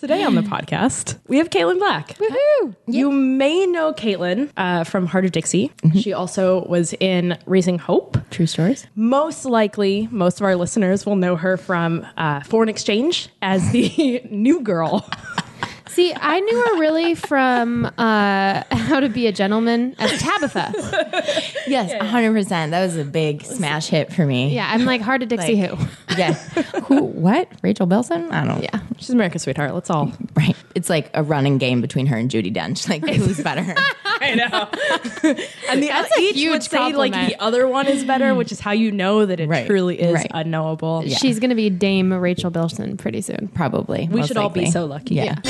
Today on the podcast, we have Caitlin Black. Mm. Woohoo! You may know Caitlin uh, from Heart of Dixie. Mm-hmm. She also was in Raising Hope. True stories. Most likely, most of our listeners will know her from uh, Foreign Exchange as the new girl. See, I knew her really from uh, How to Be a Gentleman as Tabitha. Yes, 100%. That was a big smash hit for me. Yeah, I'm like hard to Dixie Like- who. Yeah. Who, what? Rachel Bilson? I don't know. Yeah. She's America's sweetheart. Let's all. Right. It's like a running game between her and Judy Dench. Like, who's better? I know. and the That's a each would huge say like compliment. Mm-hmm. the other one is better, which is how you know that it Right. truly is Right. unknowable. She's going to be Dame Rachel Bilson pretty soon. Probably. We most should all be likely. so lucky. Yeah.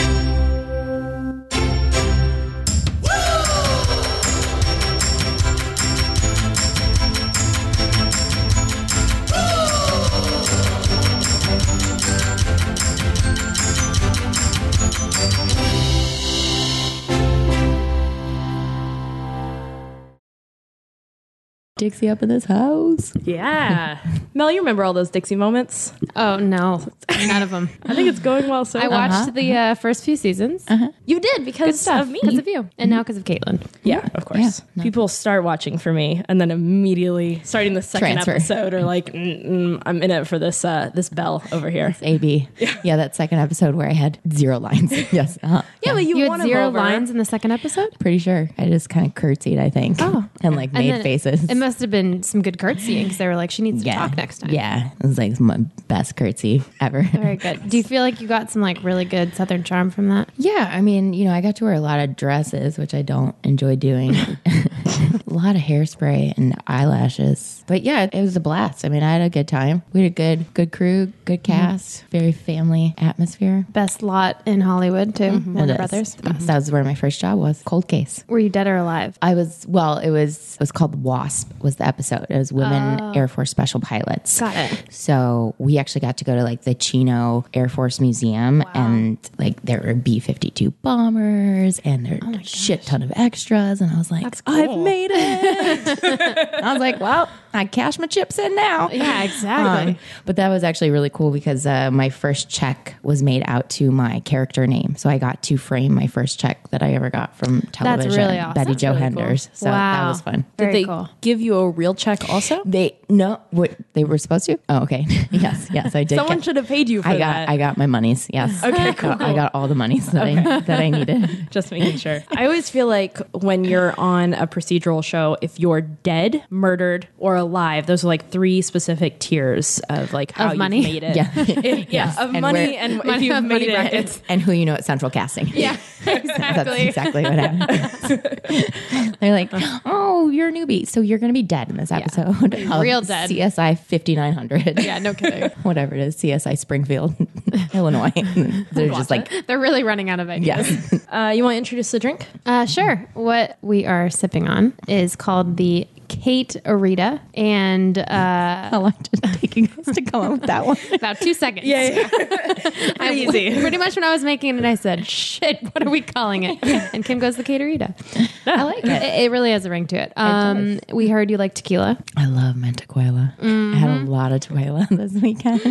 Dixie up in this house. Yeah. Mel, you remember all those Dixie moments? Oh, no. None of them. I think it's going well so I far. watched the uh, first few seasons. You did because of me. Because of you. And now because of Caitlin. Yeah, of course. People start watching for me, and then immediately starting the second Transfer. episode are like, mm, mm, "I'm in it for this uh, this bell over here." AB. Yeah. that second episode where I had zero lines. yes. Uh-huh. Yeah, but you, You won had 'em zero over. lines in the second episode? Pretty sure. I just kind of curtsied, I think. Oh. And like And made then faces. It must have been some good curtsying because they were like, she needs to yeah. talk next time. Yeah. It was like my best curtsy ever. Very good. Do you feel like you got some like really good Southern charm from that? Yeah, I mean, you know, I got to wear a lot of dresses, which I don't enjoy doing. a lot of hairspray and eyelashes. But yeah, it was a blast. I mean, I had a good time. We had a good good crew, good Mm-hmm. cast, very family atmosphere. Best lot in Hollywood too. It Warner is. Brothers. That was where my first job was. Cold case. Were you dead or alive? I was well. It was it was called Wasp. Was the episode? It was women Oh. Air Force special pilots. Got it. So we actually got to go to like the Chino Air Force Museum, and like there were B fifty two bombers, and Oh there were a shit ton of extras. And I was like, I've made it. I was like, well, I cash my chips in now. Yeah, exactly. Um, but that was actually really cool because uh, my first check was made out to my character name, so I got to frame my first check that I ever got from television. really awesome. Betty That's Jo really cool. Henders. So that Wow. was fun. Very Did they cool. give you a real check also? They no, what they were supposed to. Oh, okay. yes, yes, I did. Someone get- should have paid you for I got, that. I got my monies. Yes. Okay, I got- I got all the monies that I that I needed. Just making sure. I always feel like when you're on a procedural show, if you're dead, murdered, or alive, those are like three specific tiers of like how you money. made it. Yeah. yeah, of And money where- and if Money- you've money made it. brackets. It's, And who you know at Central Casting. Yeah, That's exactly. exactly what happened. They're like, oh, you're a newbie, so you're gonna be dead in this episode. of Real dead. CSI 5900. Yeah, no kidding. Whatever it is, CSI Springfield, Illinois. They're just like, They're really running out of ideas. yes. uh, you want to introduce the drink? Uh, sure. What we are sipping on is called the Kate Arita, and uh, How long did it take you guys to come up with that one? about two seconds. I- easy. Pretty much when I was making it, I said, "Shit, what are we calling it?" And Kim goes, "The Kate Arita." I like it. it. It really has a ring to it. Um, we heard you like tequila. I love Mentaquila. I had a lot of tequila this weekend. Mm-hmm.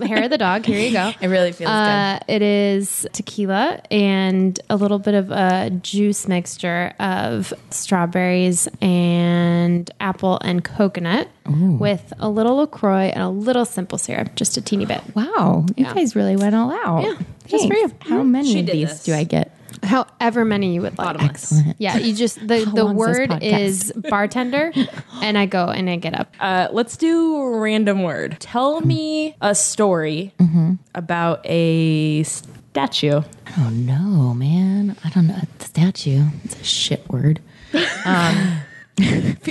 Well, hair of the dog. Here you go. it really feels Uh, it is tequila and a little bit of a juice mixture of strawberries and apple and coconut with a little LaCroix and a little simple syrup, just a teeny bit. good. Wow, you guys really went all out. Yeah, Mm-hmm. just for Thanks. you. How many She of did these this. do I get? However many you would like. Excellent. Yeah, you just the, the long's this word podcast? is bartender and I go and I get up. Uh, let's do a random word. Tell me a story about a statue. Oh no, man! I don't know. The statue. It's a shit word.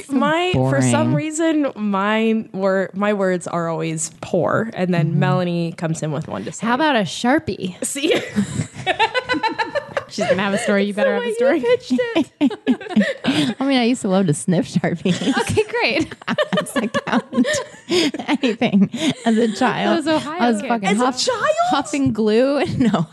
my for boring. some reason my wor- my words are always poor, and then Melanie comes in with one to say. Mm-hmm. How about a Sharpie? see? She's going to have a story. You Oh better have a story. pitched it. I mean, I used to love to sniff sharpies. Okay, great. Does that count? Anything as a child. That was Ohio I was kid. fucking As a huff- child? huffing glue. No,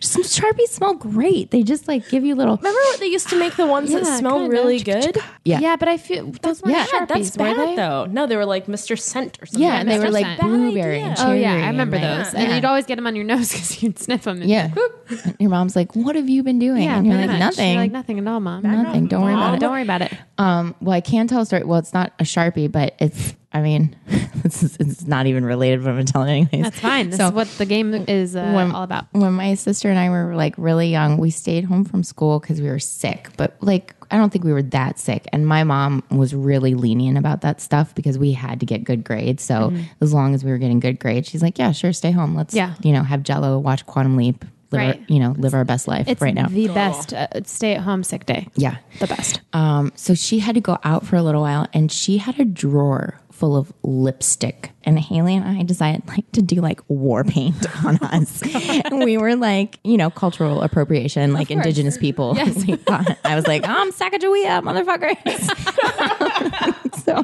just Sharpies smell great. They just like give you little. Remember what they used to make the ones that Yeah, smell kinda. really good? Yeah. yeah, but I feel those weren't Yeah. Yeah, Sharpies, that's were bad they? though. No, they were like Mr. Scent or something. Yeah, and they were That's like not- blueberry Bad and idea. Oh cherry. yeah, I and, remember like, those, and yeah. you'd always get them on your nose because you'd sniff them. And Yeah. And your mom's like, "What have you been doing?" and you're like, pretty much. "Nothing, You're like nothing at all, mom. nothing. Don't worry about Mom, it." Don't worry about it. Um, well, I can tell a story. Well, it's not a sharpie, but it's. I mean, it's, it's not even related. But I'm telling anyways. That's fine. This So- is what the game is uh, When- all about. When my sister and I were like really young, we stayed home from school because we were sick. But like, I don't think we were that sick. And my mom was really lenient about that stuff because we had to get good grades. So as long as we were getting good grades, she's like, "Yeah, sure, stay home. Let's, Mm-hmm. Yeah. you know, have Jello, watch Quantum Leap, live Right. our, you know, live our best life It's right now." the best uh, stay-at-home sick day. yeah. The best. Um, so she had to go out for a little while and she had a drawer full of lipstick. And Haley and I decided like to do like war paint on us. and we were like, you know, cultural appropriation, like indigenous people. We thought- I was like, I'm Sacagawea, motherfuckers. so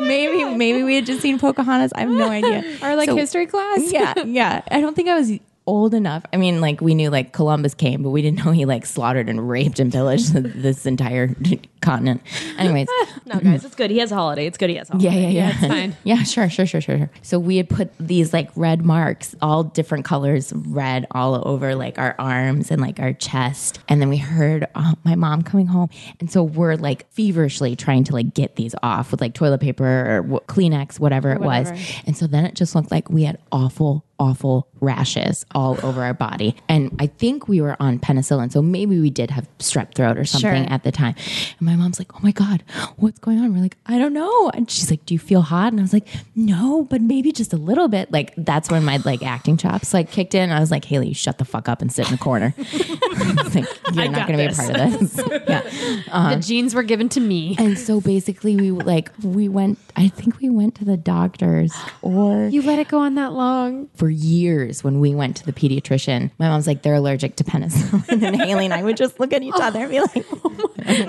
maybe maybe we had just seen Pocahontas. I have no idea. Or like So- history class. yeah, yeah. I don't think I was old enough. I mean, like we knew like Columbus came, but we didn't know he like slaughtered and raped and pillaged this entire continent. Anyways, No, guys, it's good. He has a holiday. It's good. He has a holiday. yeah, yeah, yeah. it's fine. Yeah, sure, sure, sure, sure, sure. So we had put these like red marks, all different colors, red all over like our arms and like our chest. And then we heard uh, my mom coming home, and so we're like feverishly trying to like get these off with like toilet paper or wh- Kleenex, whatever it was. And so then it just looked like we had awful. Awful rashes all over our body. And I think we were on penicillin. So maybe we did have strep throat or something Sure. at the time. And my mom's like, Oh my God, what's going on? We're like, I don't know. And she's like, Do you feel hot? And I was like, No, but maybe just a little bit. Like that's when my like acting chops like kicked in. I was like, Haley, you shut the fuck up and sit in the corner. I was like, You're got not gonna this. be a part of this. yeah. the jeans were given to me. And so basically we like we went I think we went to the doctors or You let it go on that long. for years when we went to the pediatrician, my mom's like, they're allergic to penicillin. And Haley and I would just look at each other and be like,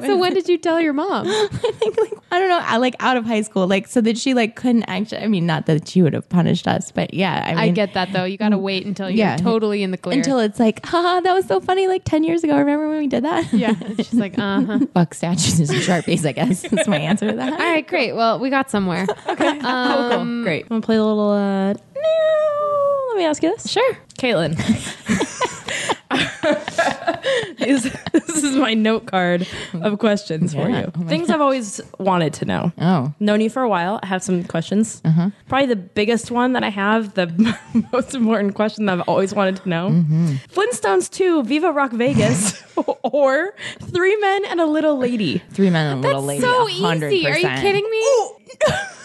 So when did you tell your mom? think, like I don't know, I like out of high school, like so that she like couldn't actually. I mean, not that she would have punished us, but yeah, I mean, I get that though. You got to wait until you're Yeah. totally in the clear. until it's like, haha, that was so funny, like ten years ago. Remember when we did that? yeah, she's like, uh huh. Fuck statues and sharpies. I guess that's my answer to that. All right, great. Well, we got somewhere. Um, Cool. Great. I'm gonna Mm. play a little. Uh, no. Let me ask you this. Sure. Caitlin. Is- this is my note card of questions for Yeah. you. Oh my Things I've always wanted to know. Oh, Known you for a while. I have some questions. Uh-huh. Probably the biggest one that I have, the most important question that I've always wanted to know Mm-hmm. Flintstones 2, Viva Rock Vegas, or Three Men and a Little Lady? three men and a little lady. so 100%. easy. Are you kidding me?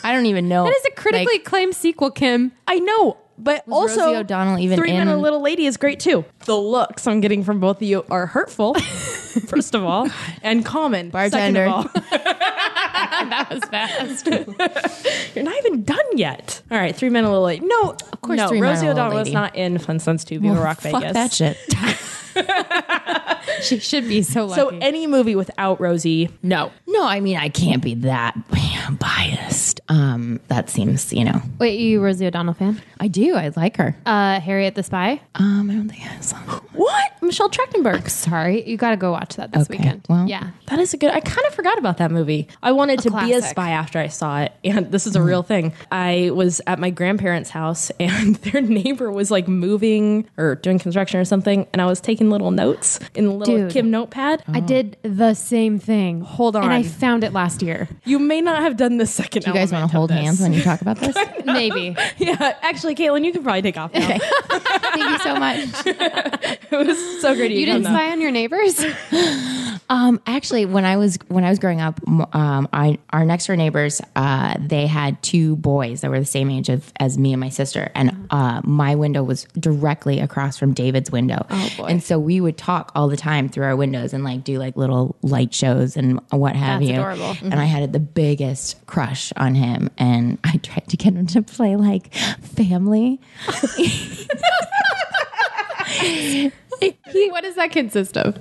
I don't even know. That is a critically Like, acclaimed sequel, Kim. I know, but Rosie also O'Donnell even Three Men in- and a Little Lady is great too. The looks I'm getting from both of you are hurtful, first of all, and common. Bartender. Second of all. That was fast. You're not even done yet. All right, Three Men and a Little Lady. No, of course no. Three Men and a Rosie Little O'Donnell Lady. is not in Flintstones 2 Viva well, Rock fuck Vegas. that shit. she should be so lucky. So any movie without Rosie, no. No, I mean I can't be that biased. Um, that seems you know Wait, you Rosie O'Donnell fan? I do. I like her. Uh, Harriet the Spy. Um, I don't think I saw. What? Michelle Trachtenberg. Sorry, you got to go watch that this Okay, weekend. well. yeah, That is a good. I kind of forgot about that movie. I wanted to be a classic. spy after I saw it, and this is a real thing. I was at my grandparents' house, and their neighbor was like moving or doing construction or something, and I was taking little notes in the little Dude. Oh. Kim notepad. I did the same thing. Hold on. and I found it last year. You may not have done the second. You guys want to hold hands when you talk about this? Maybe. yeah, actually, Caitlin, you can probably take off. Now. Thank you so much. it was so great. You, You done didn't that. spy on your neighbors? Um, actually, when I was when I was growing up, m- um, I, our next door neighbors, uh, they had two boys that were the same age of, as me and my sister, and uh, my window was directly across from David's window. Oh boy! And so we would talk all the time through our windows and like do like little light shows and what have That's you. adorable. And I had the biggest crush on him, and I tried to get him to play like Family. what does that consist of?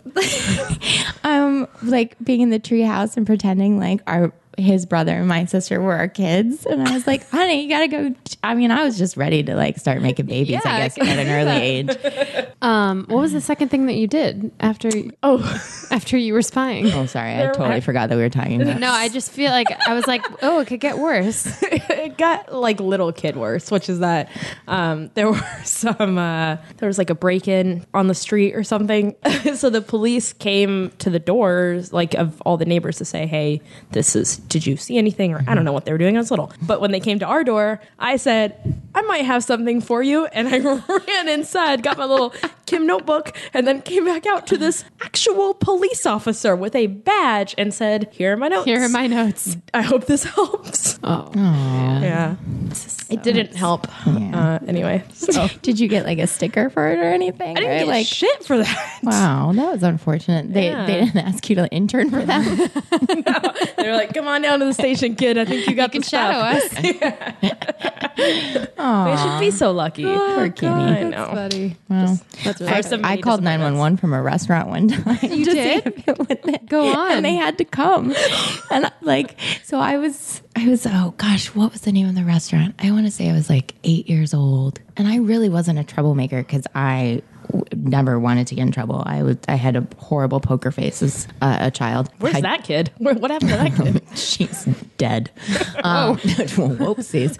um like being in the treehouse and pretending like our his brother and my sister were our kids. And I was like, honey, you gotta go. I mean, I was just ready to like start making babies, Yeah, I I guess, can at an early age. Um, what was the second thing that you did after Oh, after you were spying? Oh, sorry. I There- totally forgot that we were talking about No, I just feel like I was like, oh, it could get worse. it got like little kid worse, which is that um, there were some uh, there was like a break in on the street or something. so the police came to the doors like of all the neighbors to say, "Hey, this is did you see anything?" Or Mm-hmm. I don't know what they were doing. I was little, but when they came to our door, I said, "I might have something for you," and I ran inside, got my little Kim notebook, and then came back out to this actual police officer with a badge and said, "Here are my notes. Here are my notes. I hope this helps." Oh, Yeah. It didn't help. Uh, anyway, so I Did you get like a sticker for it or anything? didn't Or, get like, shit for that. wow, that was unfortunate. They, Yeah. they didn't ask you to intern for them. They were like, "Come on down to the station, kid. I think you got you can the stuff." shadow us. They should be so lucky. Oh, Poor Kimmy. I know. buddy. Well, That's really I, I called 911 from a restaurant one time. You to see did? if it would let- Go on. And they had to come. And like, so I was, I was, oh gosh, what was the name of the restaurant? I want to say I was like eight years old. And I really wasn't a troublemaker because I w- never wanted to get in trouble. I was, I had a horrible poker face as uh, a child. Where's I- that kid? Where, what happened to that kid? She's dead. Oh. Um, whoopsies.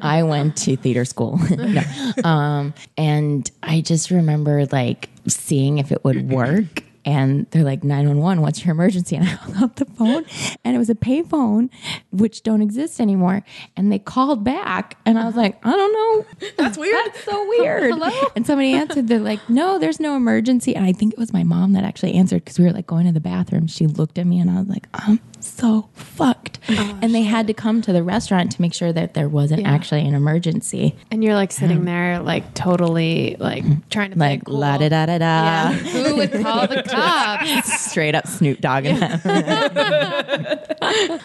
I went to theater school. No. Um, and I just remember like seeing if it would work. And they're like, 911, what's your emergency? And I hung up the phone and it was a payphone, which don't exist anymore. And they called back and I was like, I don't know. That's weird. So weird. Hello? And somebody answered. They're like, "No, there's no emergency." And I think it was my mom that actually answered because we were like going to the bathroom. She looked at me, and I was like, "I'm so fucked." Oh, and they had to come to the restaurant to make sure that there wasn't actually an emergency. And you're like sitting there, like totally, Mm. like trying to play Like cool. la da da da Yeah. da, Who would call the cops? straight up Snoop Dogg. Yeah,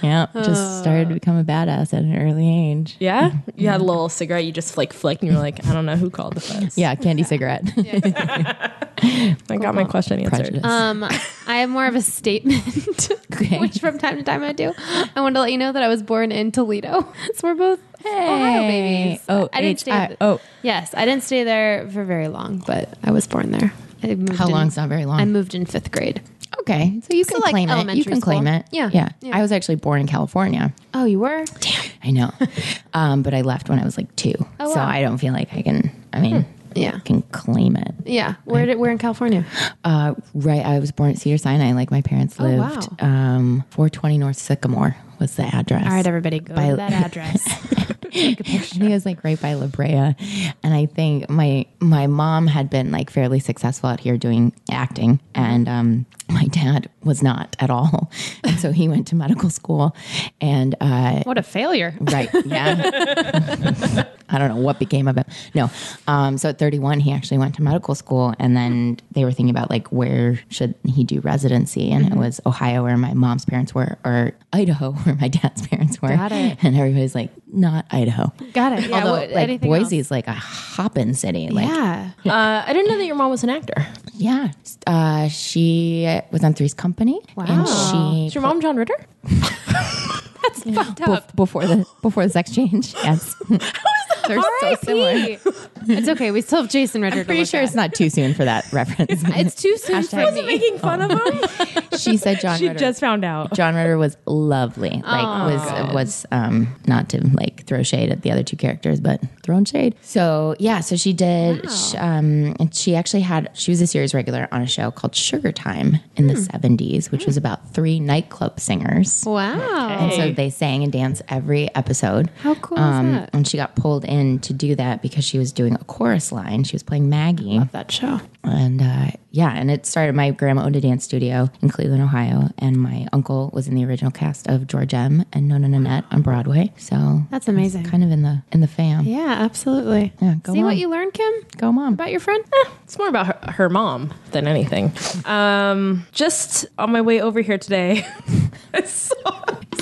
yeah Oh. just started to become a badass at an early age. Yeah, you had a little cigarette. You just like flicked, and you were like, "I don't know who called the feds." Yeah, candy cigarette. I got my question answered. Prejudice. Um, I have more of a statement, Okay. which from time to time I do. I want to let you know that I was born in Toledo, so we're both Ohio babies. Oh, I didn't stay. H I- th- oh. yes, I didn't stay there for very long, but I was born there. I moved How in- long's not very long? I moved in fifth grade. Okay, so you can Mm-hmm. like, claim it. elementary You can claim school. it. Yeah. yeah, Yeah. I was actually born in California. Oh, you were? I know, um, but I left when I was like two, Oh, so wow. Hmm. I don't feel like I can. I mean, Yeah. can claim it. Yeah. Where did? We're in California. Uh, right, I was born at Cedar Sinai, like my parents Oh, wow. lived. Um, Four twenty North Sycamore was the address. All right, everybody, go By- to that address. I think it was like right by La Brea, and I think my my mom had been like fairly successful out here doing acting, and um, my dad was not at all, and so he went to medical school, and uh, what a failure! Right. Yeah. I don't know what became of him. No. Um, so at 31, he actually went to medical school, and then they were thinking about like where should he do residency, and Mm-hmm. it was Ohio where my mom's parents were, or Idaho where my dad's parents were. Got it. And everybody's like, not Idaho. Got it. Yeah, Although, what- like anything else? Boise's like a hoppin' city. Like, Yeah. Uh, I didn't know that your mom was an actor. yeah. Uh, she was on Three's Company, and she Is your mom John Ritter? Fucked bef- before the before the sex change. Yes. They're so similar. it's okay. We still have Jason Ritter. Pretty sure it's not too soon for that reference. It's too soon for Hashtag- me. Making fun of him. she said John she Ritter. just found out. John Ritter was lovely. Like was was um not to like throw shade at the other two characters, but thrown shade. So yeah, so she did. sh um, and she actually had she was a series regular on a show called Sugar Time in Hmm. the seventies, which was about three nightclub singers. Wow. And so they sang and danced every episode. How cool Um, is that? And she got pulled in to do that because she was doing a chorus line. She was playing Maggie. That show. And uh, yeah, and it started. My grandma owned a dance studio in Cleveland, Ohio, and my uncle was in the original cast of George M. and Nona Nanette on Broadway. So That's amazing. kind of in the in the fam. yeah, absolutely. Yeah, go See on. what you learned, Kim, Go, mom. about your friend? It's more about her, her mom than anything. Um, just on my way over here today, I saw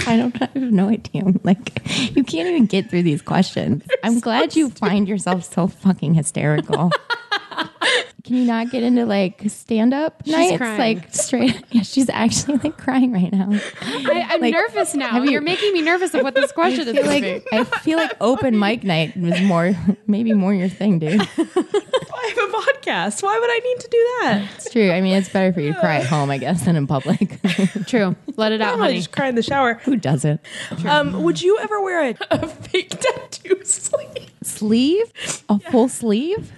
I don't. I have no idea. I'm Like you can't even get through these questions. I'm glad you find yourself so fucking hysterical. Can you not get into like stand up nights? crying. Like straight. Yeah, she's actually like crying right now. I, I'm Like, nervous now. have you- You, are making me nervous of what this question is. I feel gonna like I feel like open mic night was more maybe more your thing, dude. I have a podcast. Why would I need to do that? It's true. I mean, it's better for you to cry at home, I guess, than in public. be. True. Let it out, I'm honey. just cry in the shower. Who doesn't? Um, would you ever wear a, a fake tattoo sleeve? Sleeve? A full sleeve?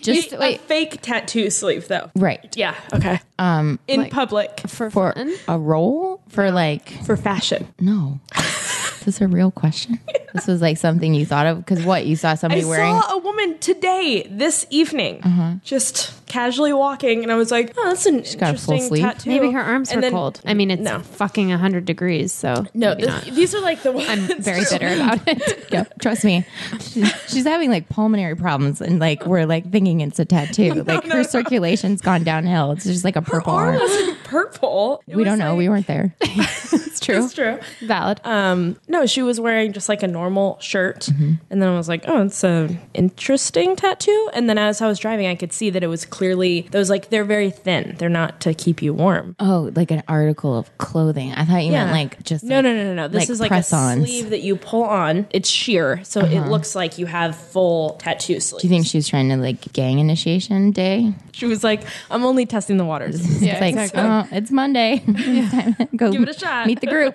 Just a wait. fake tattoo sleeve, though. Right. Yeah. Okay. Um In public For, for fun. a role? For like for fashion. no. Is this a real question? This was like something you thought of because what you saw I somebody wearing saw a woman today, this evening, Mm-hmm. just casually walking, and I was like, "Oh, that's an got a full interesting sleeve. tattoo." Maybe her arms And were then- cold. I mean, it's no. fucking 100 degrees, so No, maybe this- not. these are like the ones. I'm very bitter about it. yeah, trust me. She's, she's having like pulmonary problems and like we're like thinking it's a tattoo. like no, no. her circulation's gone downhill. It's just like a Her purple arm arm. wasn't purple. It We was don't know. like- we weren't there. It's true. It's true. Valid. Um, no, she was wearing just like a normal shirt, Mm-hmm. and then I was like, "Oh, it's a interesting tattoo." And then as I was driving, I could see that it was clearly those like they're very thin. They're not to keep you warm. Oh, like an article of clothing. I thought you meant Yeah. like just No, like, no, no, no, no. This is like a press-ons. Uh-huh. sleeve that you pull on. It's sheer, so it looks like you have full tattoo sleeve. Do you think she was trying to like gang initiation day? she was like, "I'm only testing the waters." yeah, It's like, exactly. oh, it's Monday. Time to go Give it a shot. Meet the group.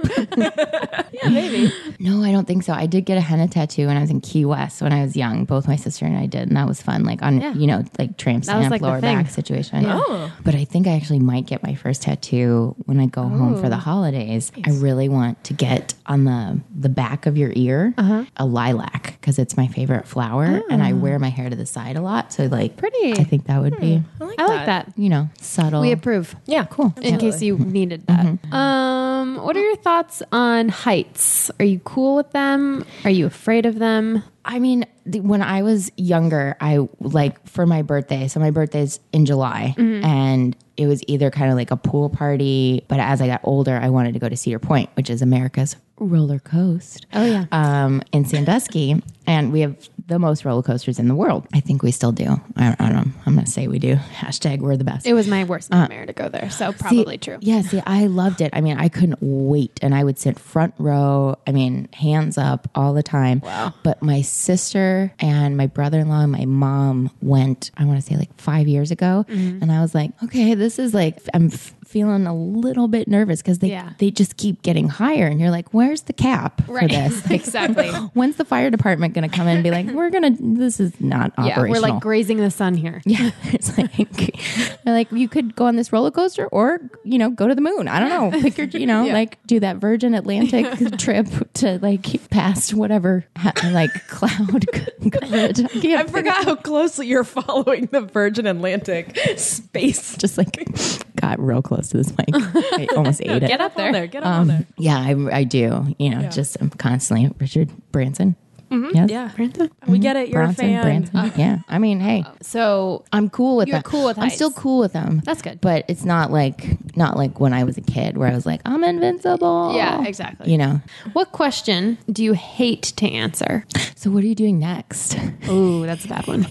yeah, maybe. no, I don't think so. I did get a henna tattoo when I was in Key West when I was young. Both my sister and I did, and that was fun. Like on Yeah. you know like tramp That was, stamp like, the lower thing. back situation. Yeah. Oh. But I think I actually might get my first tattoo when I go home for the holidays. I really want to get on the the back of your ear Uh-huh. a lilac because it's my favorite flower, and I wear my hair to the side a lot. So like Oh. Pretty. Hmm. I think that would be I like that. you know subtle. We approve. Yeah, um, cool. In case you needed that. Um, what are your thoughts on heights? Are you cool with them? Are you afraid of them? I mean, the, when I was younger, I like for my birthday. So my birthday's in July, Mm-hmm. and it was either kind of like a pool party. But as I got older, I wanted to go to Cedar Point, which is America's roller coast. Oh, yeah. um, in Sandusky, and we have the most roller coasters in the world. I think we still do. I, I don't know. I'm gonna say we do. Hashtag we're the best. It was my worst nightmare to go there, so See, probably true. Yeah, see, I loved it. I mean, I couldn't wait, and I would sit front row. I mean, hands up all the time. Wow. But my sister and my brother in law and my mom went. I want to say like five years ago, Mm-hmm. and I was like, okay, this is like I'm f- feeling a little bit nervous because they Yeah. they just keep getting higher, and you're like, where's the cap for Right. this? Like, exactly. when's the fire department going to come in and be like, we're gonna? This is not Yeah, operational. we're like grazing the sun here. Yeah, it's like they're like you could go on this roller coaster or you know go to the moon. I don't know. Pick your you know like do that Virgin Atlantic trip to like past whatever ha- like cloud coverage. I, I can't forgot how closely you're following the Virgin Atlantic space. Just like got real close to this mic. I almost ate it. Get up there. Get up on Um, there. yeah, I, I do. You know, just I'm constantly Richard Branson. Yes? Mm-hmm. Yeah, we get it. You're Bronson, a fan. Uh, Branson. yeah, I mean, hey, So I'm cool with You're them. cool with I'm heights. still cool with them. That's good. But it's not like not like when I was a kid where I was like, I'm invincible. Yeah, exactly. You know. What question do you hate to answer? So what are you doing next? Oh, that's a bad one.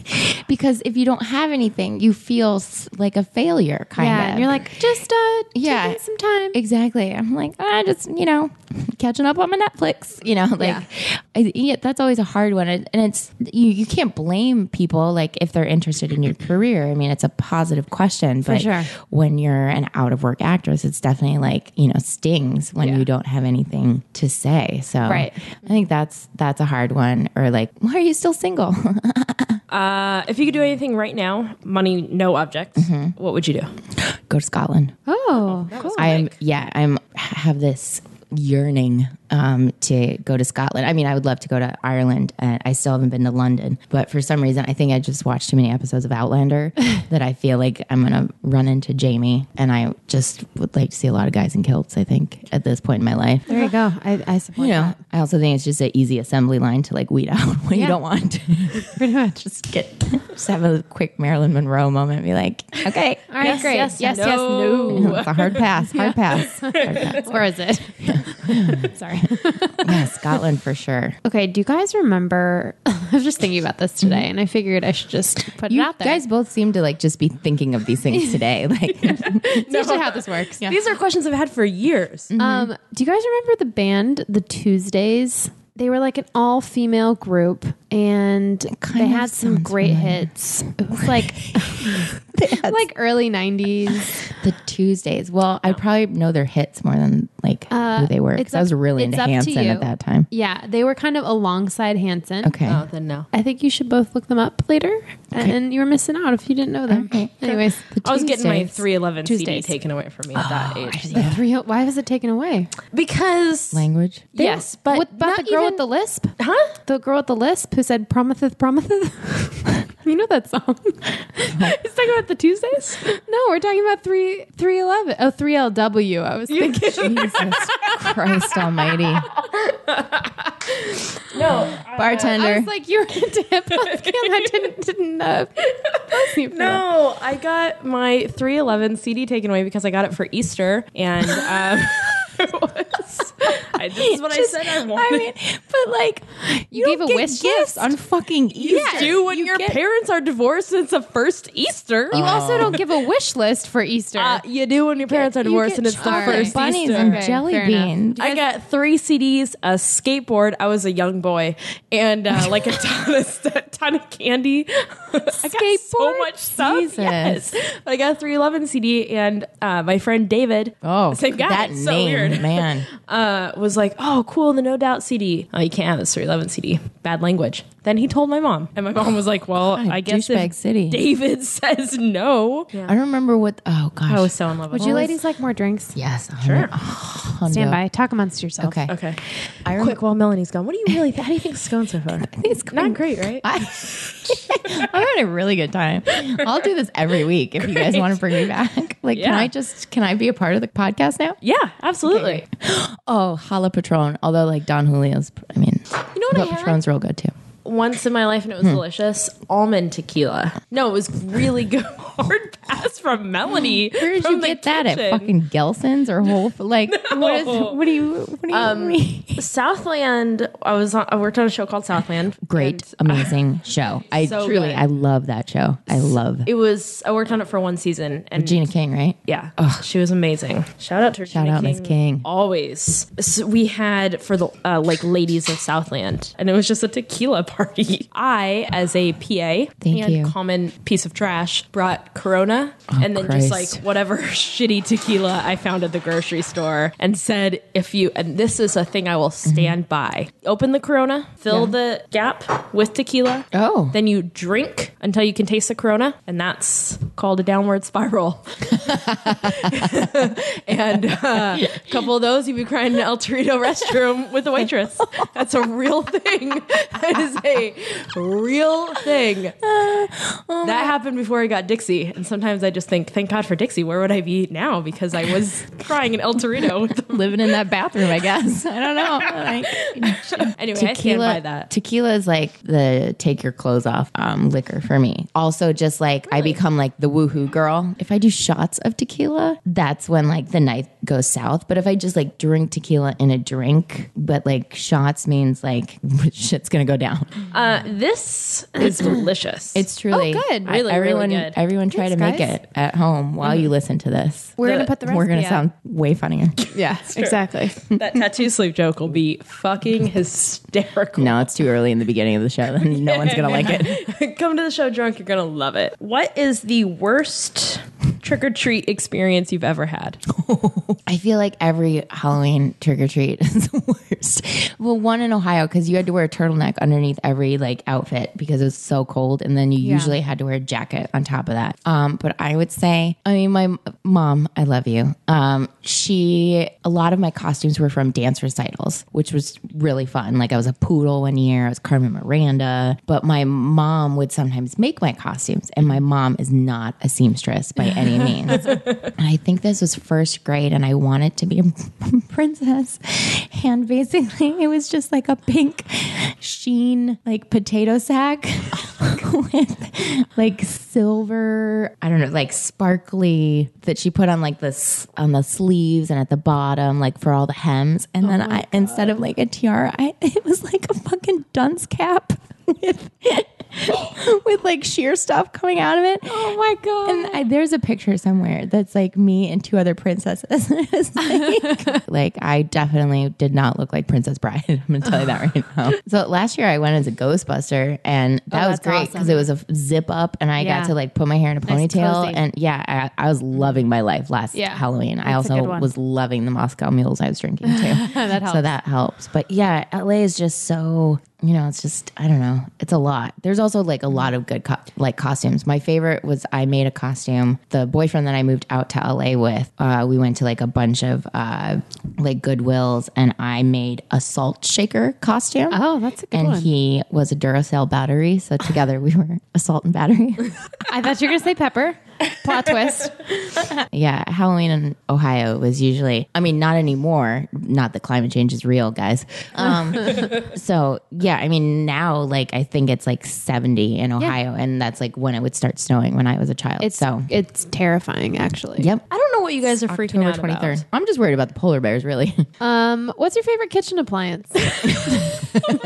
because if you don't have anything, you feel s- like a failure kind yeah, of. and you're like just uh, Yeah. yeah, some time. Exactly. I'm like, I just, you know, catching up on my Netflix, you know, like Yeah. I, yeah, that's always a hard one. And and it's, you, you can't blame people like if they're interested in your career. I mean, it's a positive question, but sure. when you're an out of work actress, it's definitely like, you know, stings when Yeah. you don't have anything to say. So Right. I think that's, that's a hard one. Or like, why are you still single? Uh, if you could do anything right now, money, no objects, what would you do? Go to Scotland. Oh, cool. I am yeah, I'm have this yearning um to go to Scotland. I mean, I would love to go to Ireland and I still haven't been to London, but for some reason I think I just watched too many episodes of Outlander that I feel like I'm going to run into Jamie and I just would like to see a lot of guys in kilts, I think, at this point in my life. there you go. I, I support You know, that. I also think it's just an easy assembly line to like weed out what you Yeah. don't want. Pretty much. just get just have a quick Marilyn Monroe moment and be like, okay, All right, great. Yes, yes, no. it's a hard pass, hard pass. Or is it? Sorry. Yeah, Scotland for sure. Okay, do you guys remember? I was just thinking about this today, and I figured I should just put You it out there. guys both seem to like just be thinking of these things today. Like, that's usually how this works. Yeah. These are questions I've had for years. Um, do you guys remember the band The Tuesdays? They were like an all female group and they of had some sounds great familiar. hits. It was like like early 90s. the Tuesdays. Well, I probably know their hits more than like who they were Uh, it's because I was up- really it's into up to Hanson you. at that time. Yeah, they were kind of alongside Hanson. Okay. Oh, then no. I think you should both look them up later and you were missing out if you didn't know them. Anyways, the I was getting my Tuesdays. 311 CD Tuesdays. taken away from me at that age. three why was it taken away? Because Language. yes, but What about not the girl even, with the lisp? huh? The girl with the lisp who said Prometheth Prometheth. you know that song. He's talking about the Tuesdays. no, we're talking about three three eleven. Oh, three LW. I was thinking Jesus Christ Almighty. No, Bartender. I was like, you were into hip hop. I didn't didn't know. No, I got my 311 CD taken away because I got it for Easter, and um, it was. I, this is what I said I wanted. mean, but like, You gave a get wish gifts list? on fucking Easter. you do when your parents are divorced. and It's the first Easter. You also don't give a wish list for Easter. Uh, you do when your parents are divorced, get and it's the chocolate first bunnies Easter. and Okay, jelly fair enough. beans. I got three CDs, a skateboard. I was a young boy, and uh, like a ton of a ton of candy. I got so Skateboard? much stuff. Jesus. Yes, I got a three eleven CD, and uh, my friend David. Oh, same guy. that so name, weird. man. Uh, was like, oh, cool, the No Doubt CD. Oh, you can't have this 311 CD. Bad language. Then he told my mom, and my mom was like, well, God, I guess douchebag if city. David says no. I don't remember what. Oh gosh. I was so in love with Would it. you ladies like more drinks? yes. Sure. Stand by. Talk amongst yourselves. Okay. Okay. I remember. Quick, while Melanie's gone, what do you really? How do you think it's going so far? It's Not great, right? I, I'm having a really good time. I'll do this every week if you guys want to bring me back. Like, can Yeah. I just can I be a part of the podcast now? Yeah, absolutely. Oh, Hala Patron. Although, like Don Julio's, I mean, You know what I but had? Patron's real good too. Once in my life, and it was delicious. Almond tequila. No, it was really good. Hard pass from Melanie. Where did from you the get that at kitchen. fucking Gelson's or Whole? F- Like, what is? No. What do you? What do you mean? Southland? I was. On, I worked on a show called Southland. Great, and amazing show. I So truly, good. I love that show. I love It was. I worked on it for one season, and Gina King, right? yeah, she was amazing. Shout out to Shout Regina out, Miss King. King. Always, so we had for the uh, like ladies of Southland, and it was just a tequila party. I, as a PA, Thank and you. Oh, common piece of trash, brought Corona and then Christ. just like whatever shitty tequila I found at the grocery store, and said, "If you and this is a thing I will Mm-hmm. stand by. Open the Corona, fill the gap with tequila. Oh. then you drink until you can taste the Corona, and that's called a downward spiral." and uh, a couple of those, you'd be crying in El Torito restroom with the waitress. That's a real thing. That is a real thing. that happened before I got Dixie, and sometimes I just think, thank God for Dixie. Where would I be now? Because I was crying in El Torito. With the- Living in that bathroom, I guess. I don't know. Like, anyway, I stand tequila, by that. Tequila is like the take your clothes off um, liquor for me. Also, just like I become like the woohoo girl. If I do shots of tequila, that's when like the night goes south. But if I just like drink tequila in a drink, but like shots means like shit's gonna go down. Uh, this is delicious. It's truly Oh, good. I- Really, really everyone, good. Mm-hmm. everyone, try to make guys. it at home while you listen to this. We're gonna The- put the rest. We're gonna sound way funnier. yeah, exactly. that tattoo sleep joke will be fucking hysterical. no, it's too early in the beginning of the show. Then no one's gonna like it. Come to the show drunk, you're gonna love it. What is the worst trick or treat experience you've ever had? I feel like every Halloween trick or treat is the worst. Well, one in Ohio because you had to wear a turtleneck underneath every like outfit because it was so cold, and then you usually had to wear a jacket on top of that. Um, but I would say, I mean, my m- mom, I love you. Um, she a lot of my costumes were from dance recitals, which was really fun. Like I was a poodle one year, I was Carmen Miranda, but my mom would sometimes make my costumes, and my mom is not a seamstress by any he means. And I think this was first grade, and I wanted to be a princess. And basically, it was just like a pink sheen, like potato sack with like silver, I don't know, like sparkly that she put on like this on the sleeves and at the bottom, like for all the hems. And then I, instead of like a tiara, I, it was like a fucking dunce cap with with like sheer stuff coming out of it. Oh my god. And I, there's a picture somewhere that's like me and two other princesses. It's like, like, I definitely did not look like Princess Bride. I'm gonna tell you that right now. So last year I went as a Ghostbuster, and that was Oh, that's great awesome. because it was a f- zip up, and I Yeah. got to like put my hair in a Nice ponytail, cozy. and yeah, I, I was loving my life last Yeah. Halloween. I That's a also good one. was loving the Moscow Mules I was drinking too. That helps. So that helps. But yeah, LA is just so you know, it's just I don't know, it's a lot. There's also like Mm-hmm. a lot of good co- like costumes. My favorite was I made a costume. The boyfriend that I moved out to LA with, uh, we went to like a bunch of uh, like Goodwills, and I made a salt shaker costume. Oh, that's a good and one. he was a Duracell battery, so together we were a salt and battery. I thought you were gonna say pepper. Plot twist. Yeah, Halloween in Ohio was usually, I mean, not anymore. Not that climate change is real, guys. Uh. Um, so, yeah, I mean, now, like, I think it's like 70 in Ohio, and that's like when it would start snowing when I was a child. It's so, it's terrifying actually. yep. I don't know what you guys are freaking October out about. 23rd. I'm just worried about the polar bears, really. Um, what's your favorite kitchen appliance? Is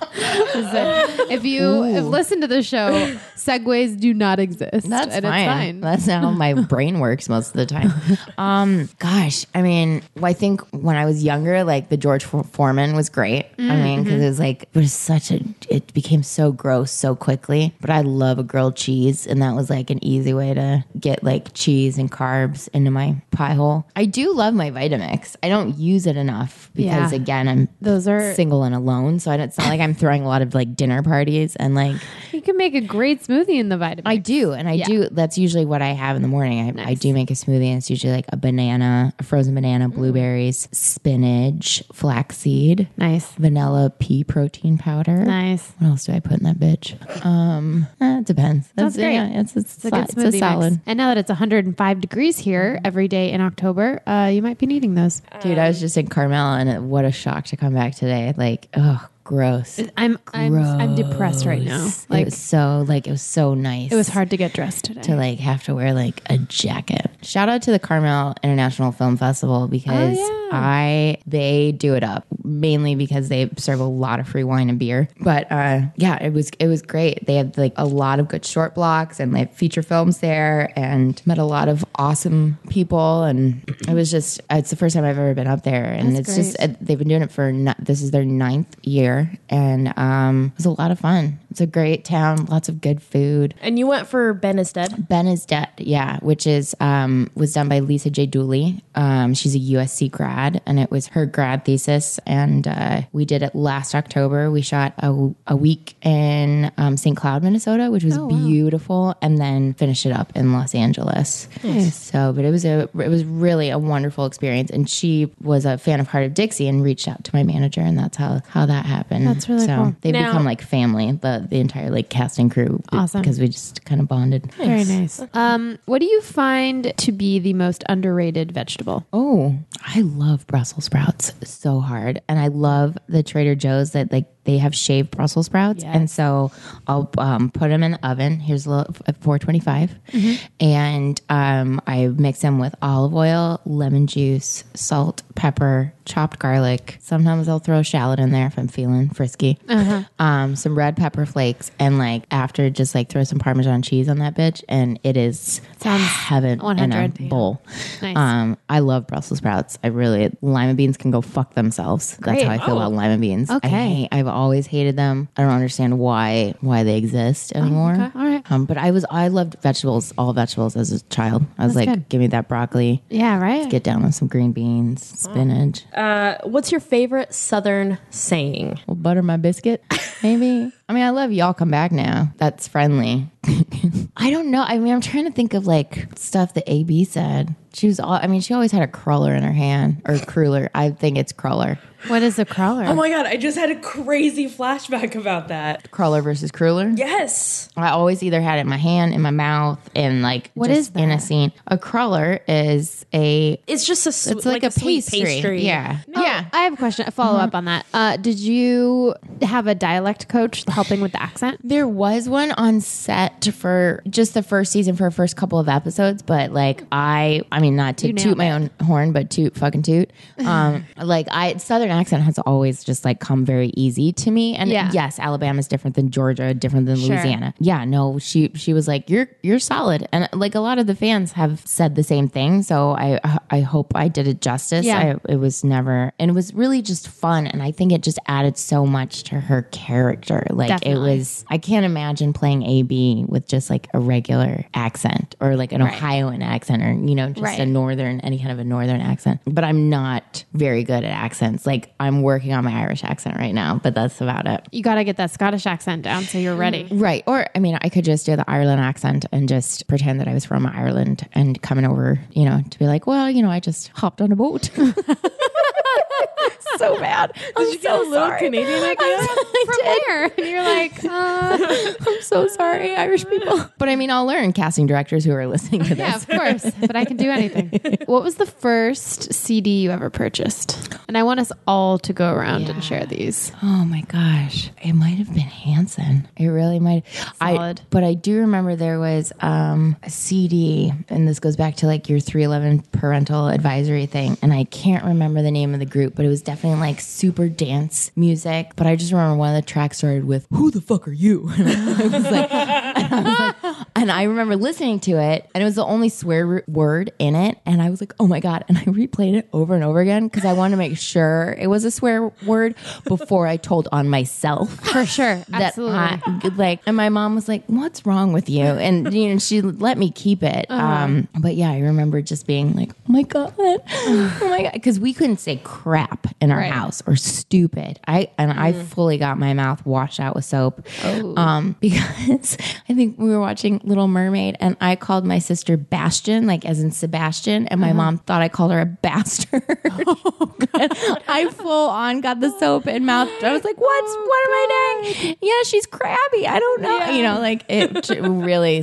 it- if you have listened to the show, segues do not exist. That's and fine. it's fine. That's how my brain works most of the time. Um, gosh, I mean, well, I think when I was younger, like the George Fo- Foreman was great. I mean, Mm, mm-hmm. because it was like it was such a it became so gross so quickly. But I love a grilled cheese, and that was like an easy way to get like cheese and carbs into my pie hole. I do love my Vitamix. I don't use it enough because Yeah. again, I'm Those are single and alone, so I don't, it's not like I'm throwing a lot of like dinner parties and like. you can make a great smoothie in the vitamin. I do, and I Yeah. do. That's usually what I have in the morning. I, I do make a smoothie, and it's usually like a banana, a frozen Mm. banana, blueberries, spinach, flaxseed, nice. vanilla pea protein powder. Nice. What else do I put in that bitch? Um, eh, it depends. That's great. Yeah, it's, it's, It's a good so- smoothie. it's a solid. Mm-hmm. Mix. And now that it's 105 degrees here every day in October, uh, you might be needing those. Dude, I was just in Carmel, and it, what a shock to come back today. Like, oh, gross. I'm I'm, I'm depressed right now. Like, it Like was so like it was so nice. it was hard to get dressed today. to like have to wear like a jacket. Shout out to the Carmel International Film Festival because Oh, yeah. I they do it up mainly because they serve a lot of free wine and beer. But uh, yeah, it was it was great. They had like a lot of good short blocks and they had feature films there and met a lot of awesome people and it was just it's the first time I've ever been up there and That's it's just uh, they've been doing it for ni- this is their ninth year and um, it was a lot of fun. It's a great town, lots of good food. And you went for Ben is dead. Ben is Dead, yeah, which is um, was done by Lisa J. Dooley. Um, she's a USC grad, and it was her grad thesis. And uh, we did it last October. We shot a, a week in um, St. Cloud, Minnesota, which was Oh, beautiful, and then finished it up in Los Angeles. So, but it was a it was really a wonderful experience. And she was a fan of Heart of Dixie and reached out to my manager, and that's how how that happened. That's really so cool. They've Now- become like family. The the entire like cast and crew. Awesome. Because we just kind of bonded. Very nice. Um, what do you find to be the most underrated vegetable? Oh, I love Brussels sprouts so hard. And I love the Trader Joe's that like they have shaved Brussels sprouts. And so I'll um, put them in the oven. Here's a little at 425. And um, I mix them with olive oil, lemon juice, salt, pepper, chopped garlic. Sometimes I'll throw a shallot in there if I'm feeling frisky. Um, some red pepper flakes. And like after, just like throw some Parmesan cheese on that bitch. And it is Sounds heaven in a 100, yeah. bowl. Nice. Um, I love Brussels sprouts. I really lima beans can go fuck themselves. That's Great. Oh. how I feel about lima beans. Okay. I hate, I've always hated them. I don't understand why why they exist anymore. Oh, okay. All right. Um, but I was I loved vegetables, all vegetables as a child. I was like, good. give me that broccoli. Yeah, right. Get down with some green beans, spinach. What's your favorite Southern saying? Well, butter my biscuit, maybe. I mean, I love y'all come back now. That's friendly. I don't know. I mean, I'm trying to think of like stuff that AB said. She was all, I mean, she always had a crawler in her hand or cruller. I think it's crawler. What is a crawler? Oh my god, I just had a crazy flashback about that. Crawler versus cruller. Yes. I always either had it in my hand, in my mouth, and like What just is in a that? scene. A crawler is a It's just a sw- it's like, a, sweet pastry. Yeah. yeah, I have a question, a follow up on that. Uh, did you have a dialect coach helping with the accent? There was one on set for just the first season for a first couple of episodes, but like I, I mean, not to You nailed toot my own horn, but toot fucking toot. Um, like I, Southern accent has always just like come very easy to me. And Yeah. yes, Alabama's different than Georgia, different than Sure. Louisiana. Yeah, no, she she was like, you're you're solid, and like a lot of the fans have said the same thing. So I I hope I did it justice. Yeah. I, it was never and it was really just fun and i think it just added so much to her character like Definitely. it was i can't imagine playing ab with just like a regular accent or like an ohioan accent or you know just a Right. northern any kind of a northern accent but i'm not very good at accents like i'm working on my irish accent right now but that's about it You got to get that Scottish accent down so you're ready. Right. Or, I mean, I could just do the Ireland accent and just pretend that I was from Ireland and coming over, you know, to be like, well, you know, I just hopped on a boat. so bad. I'm Did you get so a little sorry. Canadian like that? From there, and you're like, uh, I'm so sorry, Irish people. But I mean, I'll learn casting directors who are listening to yeah, this. of course, but I can do anything. What was the first CD you ever purchased? And I want us all to go around Yeah. and share these. Oh my gosh. It might have been Hanson. It really might. Solid. I, but I do remember there was um, a CD, and this goes back to like your 311 parental advisory thing. And I can't remember the name of the group, but it was definitely like super dance music. But I just remember one of the tracks started with, Who the fuck are you? And I was like, and I remember listening to it, and it was the only swear r- word in it. And I was like, oh my God. And I replayed it over and over again because I wanted to make sure it was a swear word before I told on myself. For sure, That absolutely. I, like, and my mom was like, "What's wrong with you?" And you know, she let me keep it. Uh-huh. Um, but yeah, I remember just being like, "Oh my god, oh my god," because we couldn't say crap in our Right. Mm-hmm. house or stupid. I and I fully got my mouth washed out with soap. Oh. Um, because I think we were watching Little Mermaid, and I called my sister Bastion, like as in Sebastian, and Uh-huh. my mom thought I called her a bastard. Oh, I full on got the soap in mouth. I was like, "What's Oh, what am I doing?" Yeah, she's crabby. I don't know. You know, like it t- really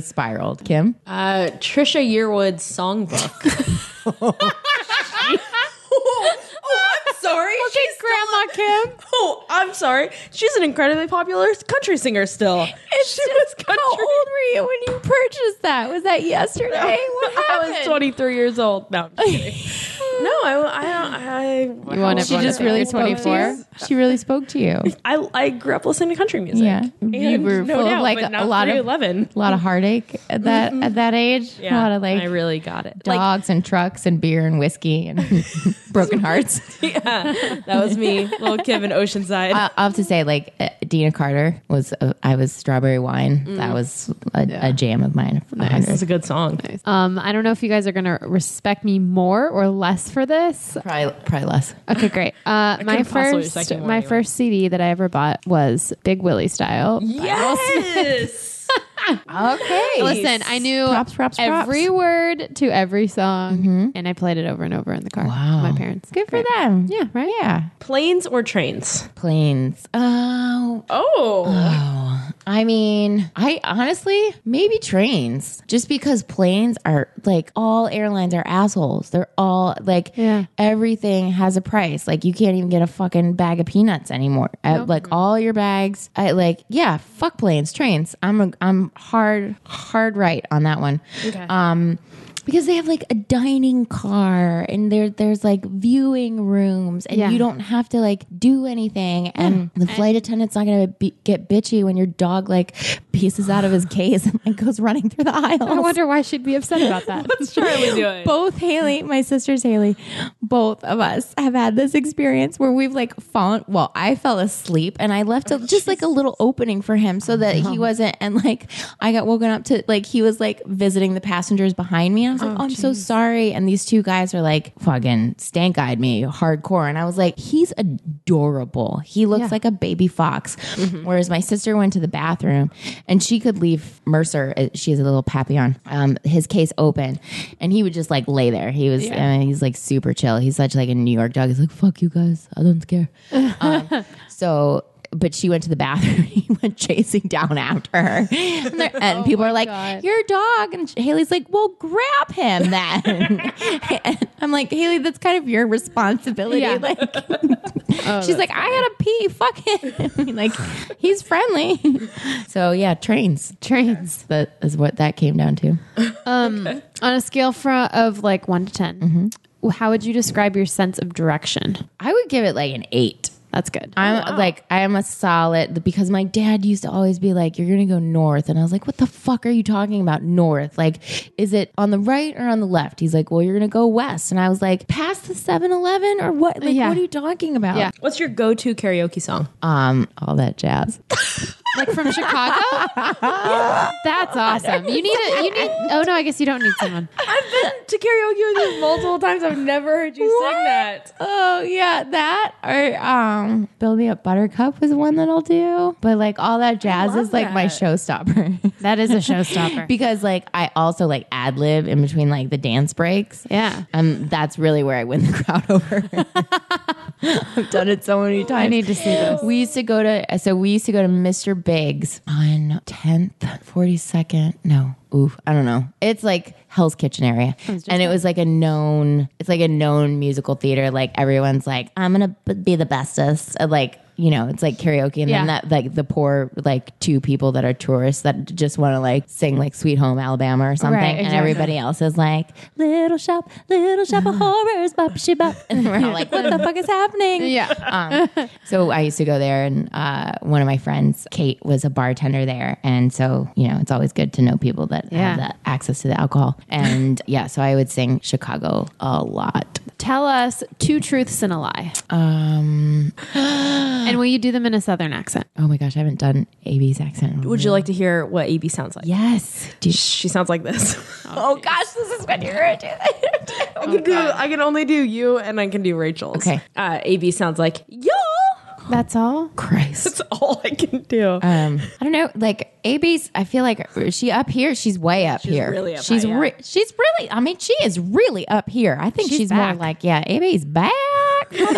spiraled. Kim, Uh, Trisha Yearwood's songbook. oh, I'm sorry. She's Grandma Kim. Oh, I'm sorry. She's an incredibly popular country singer still. she was country. how old were you when you purchased that? Was that yesterday? What I happened? was 23 years old. No, I'm just kidding. no, I, I, don't- I, You want I- everyone to just think really you're spoke to 24? you? She really spoke to you. I, I grew up listening to country music. Yeah. You were full of, like, a lot of- 11. A lot of heartache at that at that age. a lot of like I really got it. Like, dogs and trucks and beer and whiskey and broken hearts. yeah, that was me, little Kim in Oceanside. I- I'll have to say, like uh, Dina Carter was, uh, I was strawberry wine. That was a, a jam of mine. this is a good song. Um, I don't know if you guys are gonna respect me more or less for this. Probably, probably less. Okay, great. Uh, my couldn't possibly first, second one my anyway. first CD that I ever bought was Big Willie Style. Yes. Okay. Listen, I knew Props, props, props. Mm-hmm. every word to every song, and I played it over and over in the car. Wow. with my parents. Good for them. Yeah, right. Yeah. Planes or trains? Planes. Oh, Oh. I mean, I honestly, maybe trains. Just because planes are like all airlines are assholes. They're all like Yeah. everything has a price. Like you can't even get a fucking bag of peanuts anymore. Uh, like all your bags. I like yeah, fuck planes, trains. I'm a, I'm hard hard right on that one. Okay. Um because they have like a dining car and there there's like viewing rooms and Yeah. you don't have to like do anything and the flight attendant's not gonna be, get bitchy when your dog like pieces out of his case and like goes running through the aisle. Oh, I wonder why she'd be upset about that. What's Charlie doing? Both Haley, my sister's Haley, both of us have had this experience where we've like fallen. Well, I fell asleep and I left a, just like a little opening for him so that he wasn't. And like I got woken up to like he was like visiting the passengers behind me. And I was like, oh, I'm so sorry. And these two guys are like fucking stank eyed me hardcore. And I was like, he's adorable. He looks Yeah. like a baby fox. Whereas my sister went to the bathroom and she could leave Mercer. uh, She has a little papillon. Um, his case open, and he would just like lay there. He was, I mean, he's like super chill. He's such like a New York dog. He's like, fuck you guys, I don't care. um, so. But she went to the bathroom. He went chasing down after her, and, there- and people are like, God. "Your dog!" And Haley's like, "Well, grab him then." and I'm like, "Haley, that's kind of your responsibility. Yeah. Like, She's like, I gotta pee. Fuck him. I mean, like, he's friendly. so yeah, trains. Trains. That is what that came down to. On a scale from of like one to 10 Mm-hmm. how would you describe your sense of direction? I would give it like an eight. That's good. I'm Oh, like, I am a solid because my dad used to always be like, "You're gonna go north," and I was like, "What the fuck are you talking about north? Like, is it on the right or on the left?" He's like, "Well, you're gonna go west," and I was like, "Past the 7-Eleven or what? Like, Yeah. what are you talking about?" Yeah. What's your go-to karaoke song? Um, all that jazz. like from Chicago? That's awesome. You need a you need Oh no, I guess you don't need someone. to karaoke with you multiple times. I've never heard you sing that. Oh yeah, that or um, build me up buttercup is one that I'll do. But like all that jazz is like my showstopper That is a showstopper. because like I also like ad lib in between like the dance breaks. yeah. Um, that's really where I win the crowd over. I've done it so many times. I need to see this. We used to go to so we used to go to Mr. Biggs on 10th, 42nd. No. Oof, I don't know. It's like Hell's Kitchen area. And it was like a known it's like a known musical theater like everyone's like I'm going to be the bestest. Uh, Like you know, it's like karaoke, and then Yeah. that like the poor like two people that are tourists that just want to like sing like "Sweet Home Alabama" or something, Right, and exactly. everybody else is like "Little Shop, Little Shop of Horrors," bop she bop, and we're all like, "What the fuck is happening?" Yeah. um, so I used to go there, and uh, one of my friends, Kate, was a bartender there, and so you know it's always good to know people that Yeah. have that access to the alcohol. And yeah, so I would sing Chicago a lot. Tell us two truths and a lie. Um, And will you do them in a southern accent? oh my gosh, I haven't done AB's accent. Would you like to hear what AB sounds like? Yes. Do you- She sounds like this. Oh, gosh, this is what you're going to do. I can do. I can only do you, and I can do Rachel's. Okay. Uh, AB sounds like yo. That's all? Christ. That's all I can do. Um, I don't know. Like AB's, I feel like is she up here. She's way up here. really up she's high, yeah. re- she's really. I mean, she is really up here. I think she's, She's more back. like yeah. AB's back,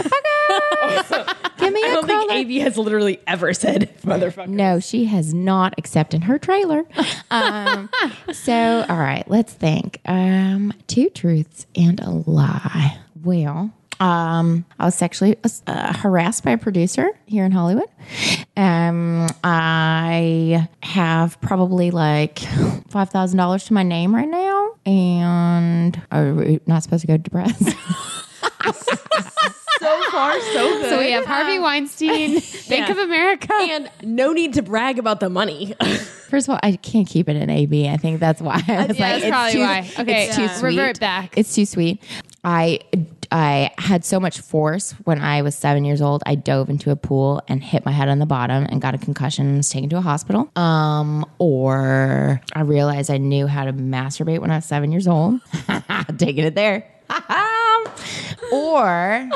motherfucker. Give me I a don't think crawler. AB has literally ever said motherfucker. no, she has not, except in her trailer. Um, so, all right, let's think. Um, two truths and a lie. Well, um, I was sexually uh, harassed by a producer here in Hollywood. Um, I have probably like five thousand dollars to my name right now, and I'm not supposed to go depressed. So far, so good. So we have Harvey Weinstein, Bank of America. and no need to brag about the money. First of all, I can't keep it in AB. I think that's why. I was like, that's it's probably too- why. Okay, it's yeah. too sweet. Revert back. It's too sweet. I I had so much force when I was seven years old. I dove into a pool and hit my head on the bottom and got a concussion and was taken to a hospital. Um, or I realized I knew how to masturbate when I was seven years old. Taking it there. or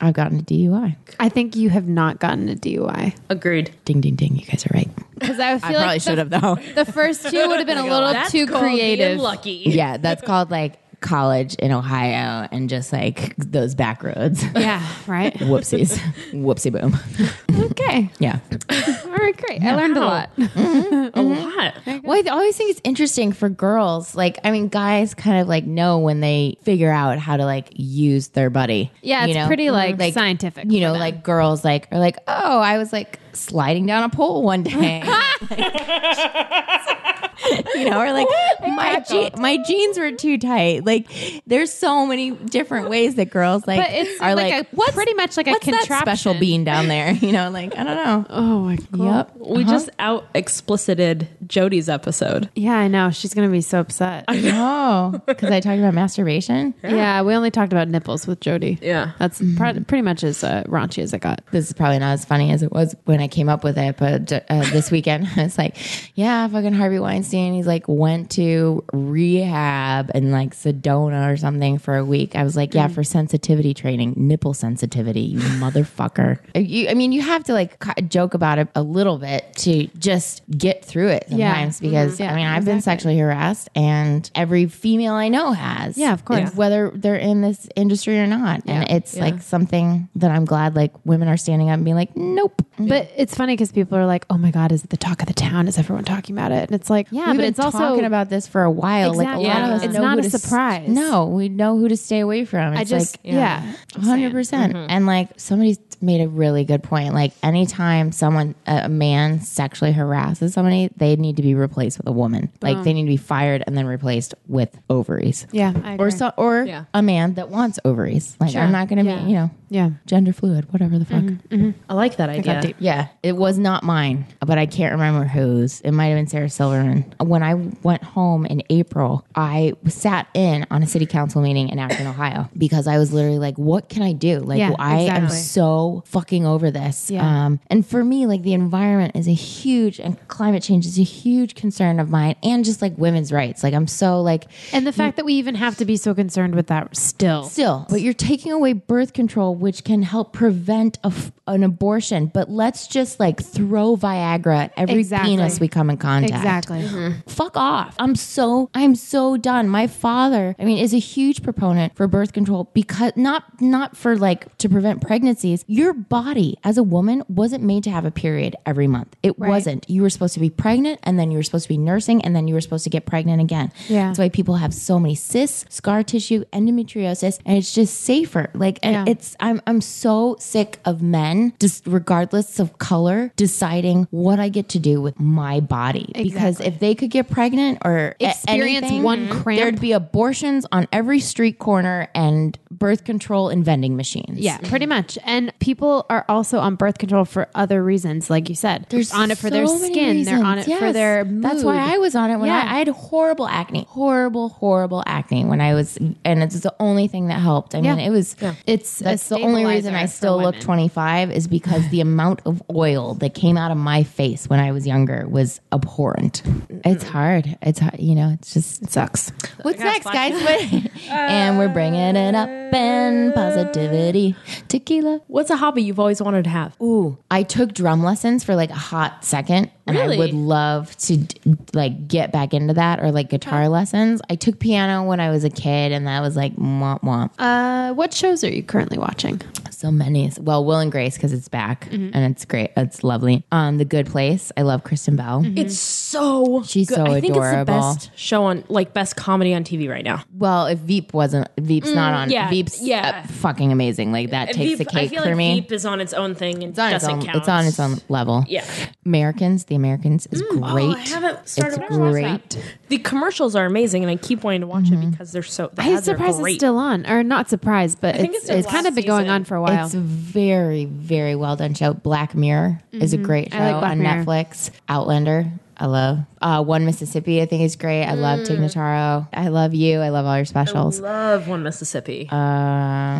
I've gotten a DUI. I think you have not gotten a DUI. Agreed. Ding ding ding! You guys are right. Because I feel Probably like should the, have though. the first two would have been a little That's too called being creative. Lucky. Yeah, that's called like college in Ohio and just like those back roads. Yeah, right? Whoopsies. Whoopsie boom. Okay. Yeah. All right, great. I learned a lot. A lot. Well, I always think it's interesting for girls. Like, I mean, guys kind of like know when they figure out how to like use their buddy. Mm-hmm. Yeah, it's pretty, like, scientific You for know, them. like girls like are like, oh, I was like sliding down a pole one day. you know, or like my my, je- my jeans were too tight. Like, there's so many different ways that girls like But it's are like like, a- pretty much like a what's that special contraption?" bean down there. You know, like I don't know. Oh my god. Yep. We just out explicited Jody's episode. Yeah, I know. She's gonna be so upset. Oh, because I talked about masturbation. Yeah, we only talked about nipples with Jody. Yeah. that's pr- pretty much as uh, raunchy as I got. This is probably not as funny as it was when I came up with it, but uh, this weekend I was like, "Yeah, fucking Harvey Weinstein. He's like went to rehab and like Sedona or something for a week." I was like, "Yeah, for sensitivity training, nipple sensitivity, you motherfucker." You, I mean, you have to like co- joke about it a little bit to just get through it Yeah. sometimes because Mhm. I mean, Yeah, I've been sexually harassed, and every female I know has. Yeah, of course. It's whether they're in this industry or not. And Yeah. it's like something that I'm glad like women are standing up and being like, nope. But it's funny because people are like, "Oh my god, is it the talk of the town? Is everyone talking about it?" And it's like, yeah, We've but been it's also talking about this for a while. Exactly. Like a lot Yeah. of us It's know not who a to s- surprise. no, we know who to stay away from. It's I just like Mm-hmm. yeah, hundred percent. And like somebody made a really good point. Like anytime someone, a a man sexually harasses somebody, they need to be replaced with a woman. Like they need to be fired and then replaced with ovaries. Oh. yeah, I agree. Or so, or Yeah. a man that wants ovaries. Like I'm not going to Yeah. be, you know, yeah. gender fluid, whatever the fuck. I like that idea. deep. Mm-hmm. Yeah, it was not mine, but I can't remember whose. It might have been Sarah Silverman. When I went home in April, I sat in on a city council meeting in Akron, Ohio, because I was literally like, "What can I do? Like, Yeah, well, I am exactly. so fucking over this." Yeah. Um, and for me, like the environment is a huge and climate change is a huge concern of mine, and just like women's rights. Like I'm so like And the fact that we even have to be so concerned with that still. Still, but you're taking away birth control, which can help prevent a f an abortion. But let's just like throw Viagra at every Exactly. penis we come in contact. Exactly. Fuck off. I'm so I'm so done. My father, I mean, is a huge proponent for birth control because not not for like to prevent pregnancies. Your body as a woman wasn't made to have a period every month. It wasn't. You were supposed to be pregnant and then you were supposed to be nursing and then you were supposed to get pregnant again. Yeah. That's why people have so many cysts, scar tissue, endometriosis, and it's just safer. Like and Yeah. it's I'm I'm so sick of men just regardless of color deciding what I get to do with my body because if they could get pregnant or a- Experience anything, one cramp. there'd be abortions on every street corner and birth control and vending machines. Yeah, pretty much. And people are also on birth control for other reasons, like you said. They're on it for their so many skin. They're on it reasons. for Yes. their mood. That's why I was on it when Yeah. I, I had horrible acne, horrible, horrible acne when I was, and it's the only thing that helped. I mean, Yeah. it was. It's a That's the only reason stabilizer I for still look women. 25 is because the amount of oil that came out of my face when I was younger was abhorrent. It's hard. It's hard. You know, it's just Mm. It sucks. What's next, guys? What- and we're bringing it up Uh, and positivity. Tequila. What's a hobby you've always wanted to have? Ooh, I took drum lessons for like a hot second, and I Really? would love to d- like get back into that or like guitar lessons. I took piano when I was a kid, and that was like womp womp. Uh, what shows are you currently watching? So many. Well, Will and Grace because it's back Mm-hmm. and it's great. It's lovely. Um, The Good Place. I love Kristen Bell. It's so She's good. so I think it's the adorable. best show on like best comedy on TV right now. Well, if Veep wasn't Veep's not on Mm, yeah, Veep's yeah. uh, fucking amazing. Like that takes the Veep- I cake feel for like me. Veep is on its own thing and it's on its doesn't own. count. It's on its own level. Yeah. Mm. Oh, Americans. The Americans is great. I haven't started it's to watch great. that. Mm-hmm. The commercials are amazing, and I keep wanting to watch it because they're so. The I'm ads are surprised it's great. still on, or not surprised, but think it's, it's it's, their kind of last been going season. on for a while. It's a very, very well done show. Black Mirror is a great show Mm-hmm. I like Black on Mirror. Netflix. Outlander, I love. Uh, One Mississippi, I think is great. I love Mm. Tig Notaro. I love you. I love all your specials. Love One Mississippi. Uh,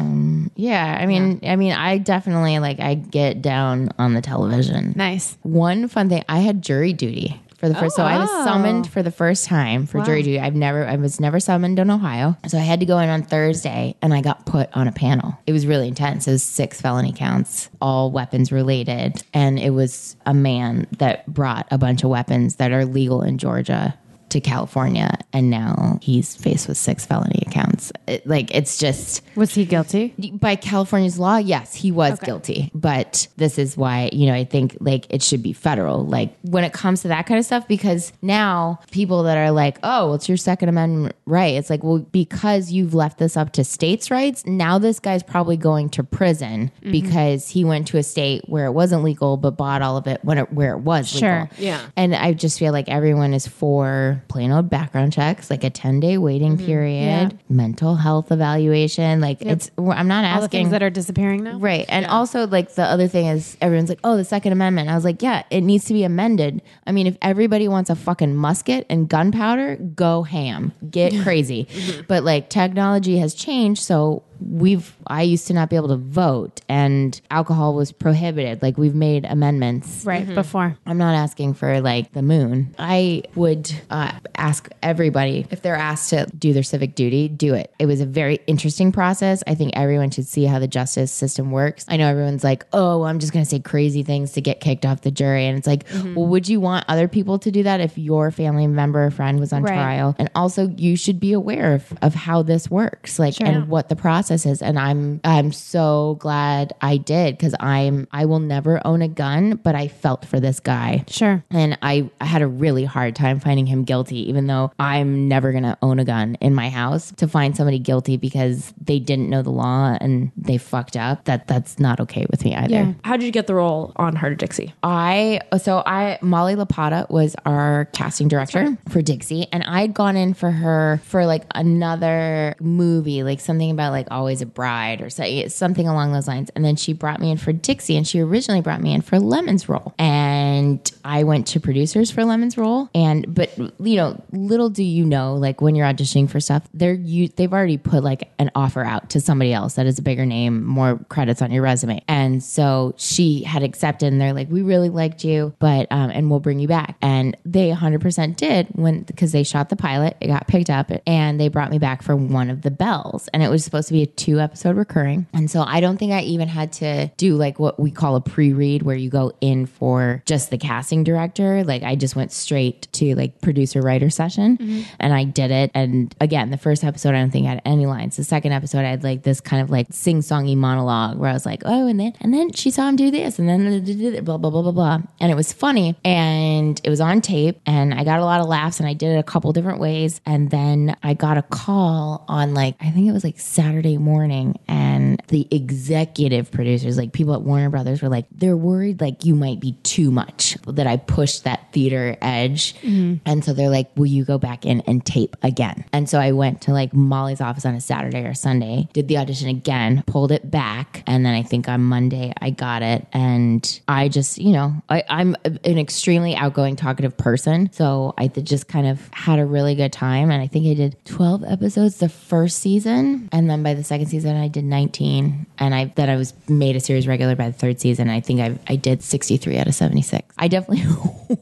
Um, yeah, I mean, I mean, I definitely like. I get down on the television. nice. One fun thing, I had jury duty for the first. so I was Oh. summoned for the first time for jury duty. I've never, I was never summoned in Ohio, so I had to go in on Thursday, and I got put on a panel. It was really intense. It was six felony counts, all weapons related, and it was a man that brought a bunch of weapons that are legal in Georgia to California, and now he's faced with six felony accounts. It, like it's just Was he guilty? by California's law, yes, he was guilty. But this is why, you know, I think like it should be federal, like when it comes to that kind of stuff, because now people that are like, oh, well, it's your Second Amendment right. It's like, well, because you've left this up to states' rights, now this guy's probably going to prison because he went to a state where it wasn't legal, but bought all of it when it, where it was Sure. legal. Yeah. And I just feel like everyone is for plain old background checks, like a 10 day waiting Mm-hmm. period, mental health evaluation. Like, it's, I'm not All the asking. things that are disappearing now. Right. And also, like, the other thing is everyone's like, oh, the Second Amendment. I was like, yeah, it needs to be amended. I mean, if everybody wants a fucking musket and gunpowder, go ham, get crazy. Mm-hmm. But, like, technology has changed. So, we've, I used to not be able to vote and alcohol was prohibited. Like, we've made amendments. Right before. I'm not asking for like the moon. I would uh, ask everybody if they're asked to do their civic duty, do it. It was a very interesting process. I think everyone should see how the justice system works. I know everyone's like, oh, I'm just going to say crazy things to get kicked off the jury. And it's like, well, would you want other people to do that if your family member or friend was on Right. trial? And also, you should be aware of, of how this works, like, and what the process is. And I'm, I'm so glad I did because I'm, I will never own a gun, but I felt for this guy. Sure. And I, I had a really hard time finding him guilty, even though I'm never going to own a gun in my house. To find somebody guilty because they didn't know the law and they fucked up, that that's not okay with me either. Yeah. How did you get the role on Heart of Dixie? I so I Molly Lapata was our casting director for Dixie, and I'd gone in for her for like another movie, like something about like Always a Bride or so- something along those lines. And then she brought me in for Dixie, and she originally brought me in for Lemon's role, and I went to producers for Lemon's role. And but you know, little do you know, like when you're auditioning for stuff, they're you they've already put like an offer out to somebody else that is a bigger name, more credits on your resume, and so she had accepted. And they're like, we really liked you, but um, and we'll bring you back. And they 100% did when because they shot the pilot, it got picked up, and they brought me back for one of the bells, and it was supposed to be a two episode recurring. And so I don't think I even had to do like what we call a pre read, where you go in for just the casting director. Like I just went straight to like producer writer session, and I did it. And again, the first episode I don't think I had any lines. The second episode I had like this kind of like sing songy monologue where I was like, oh, and then and then she saw him do this, and then da- da- da- da- blah blah blah blah blah, and it was funny, and it was on tape, and I got a lot of laughs, and I did it a couple different ways, and then I got a call on like I think it was like Saturday morning, and the executive producers, like people at Warner Brothers, were like they're worried like you might be too much that I pushed that theater edge, and so they're like, will you go back in and tape again? And so I went to like Molly's office on a Saturday or Sunday, did the audition again, pulled it back, and then I think on Monday I got it. And I just, you know, I, I'm an extremely outgoing, talkative person, so I did just kind of had a really good time. And I think I did 12 episodes the first season, and then by the second season I did 19, and I then I was made a series regular by the third season. I think I I did 63 out of 76. I definitely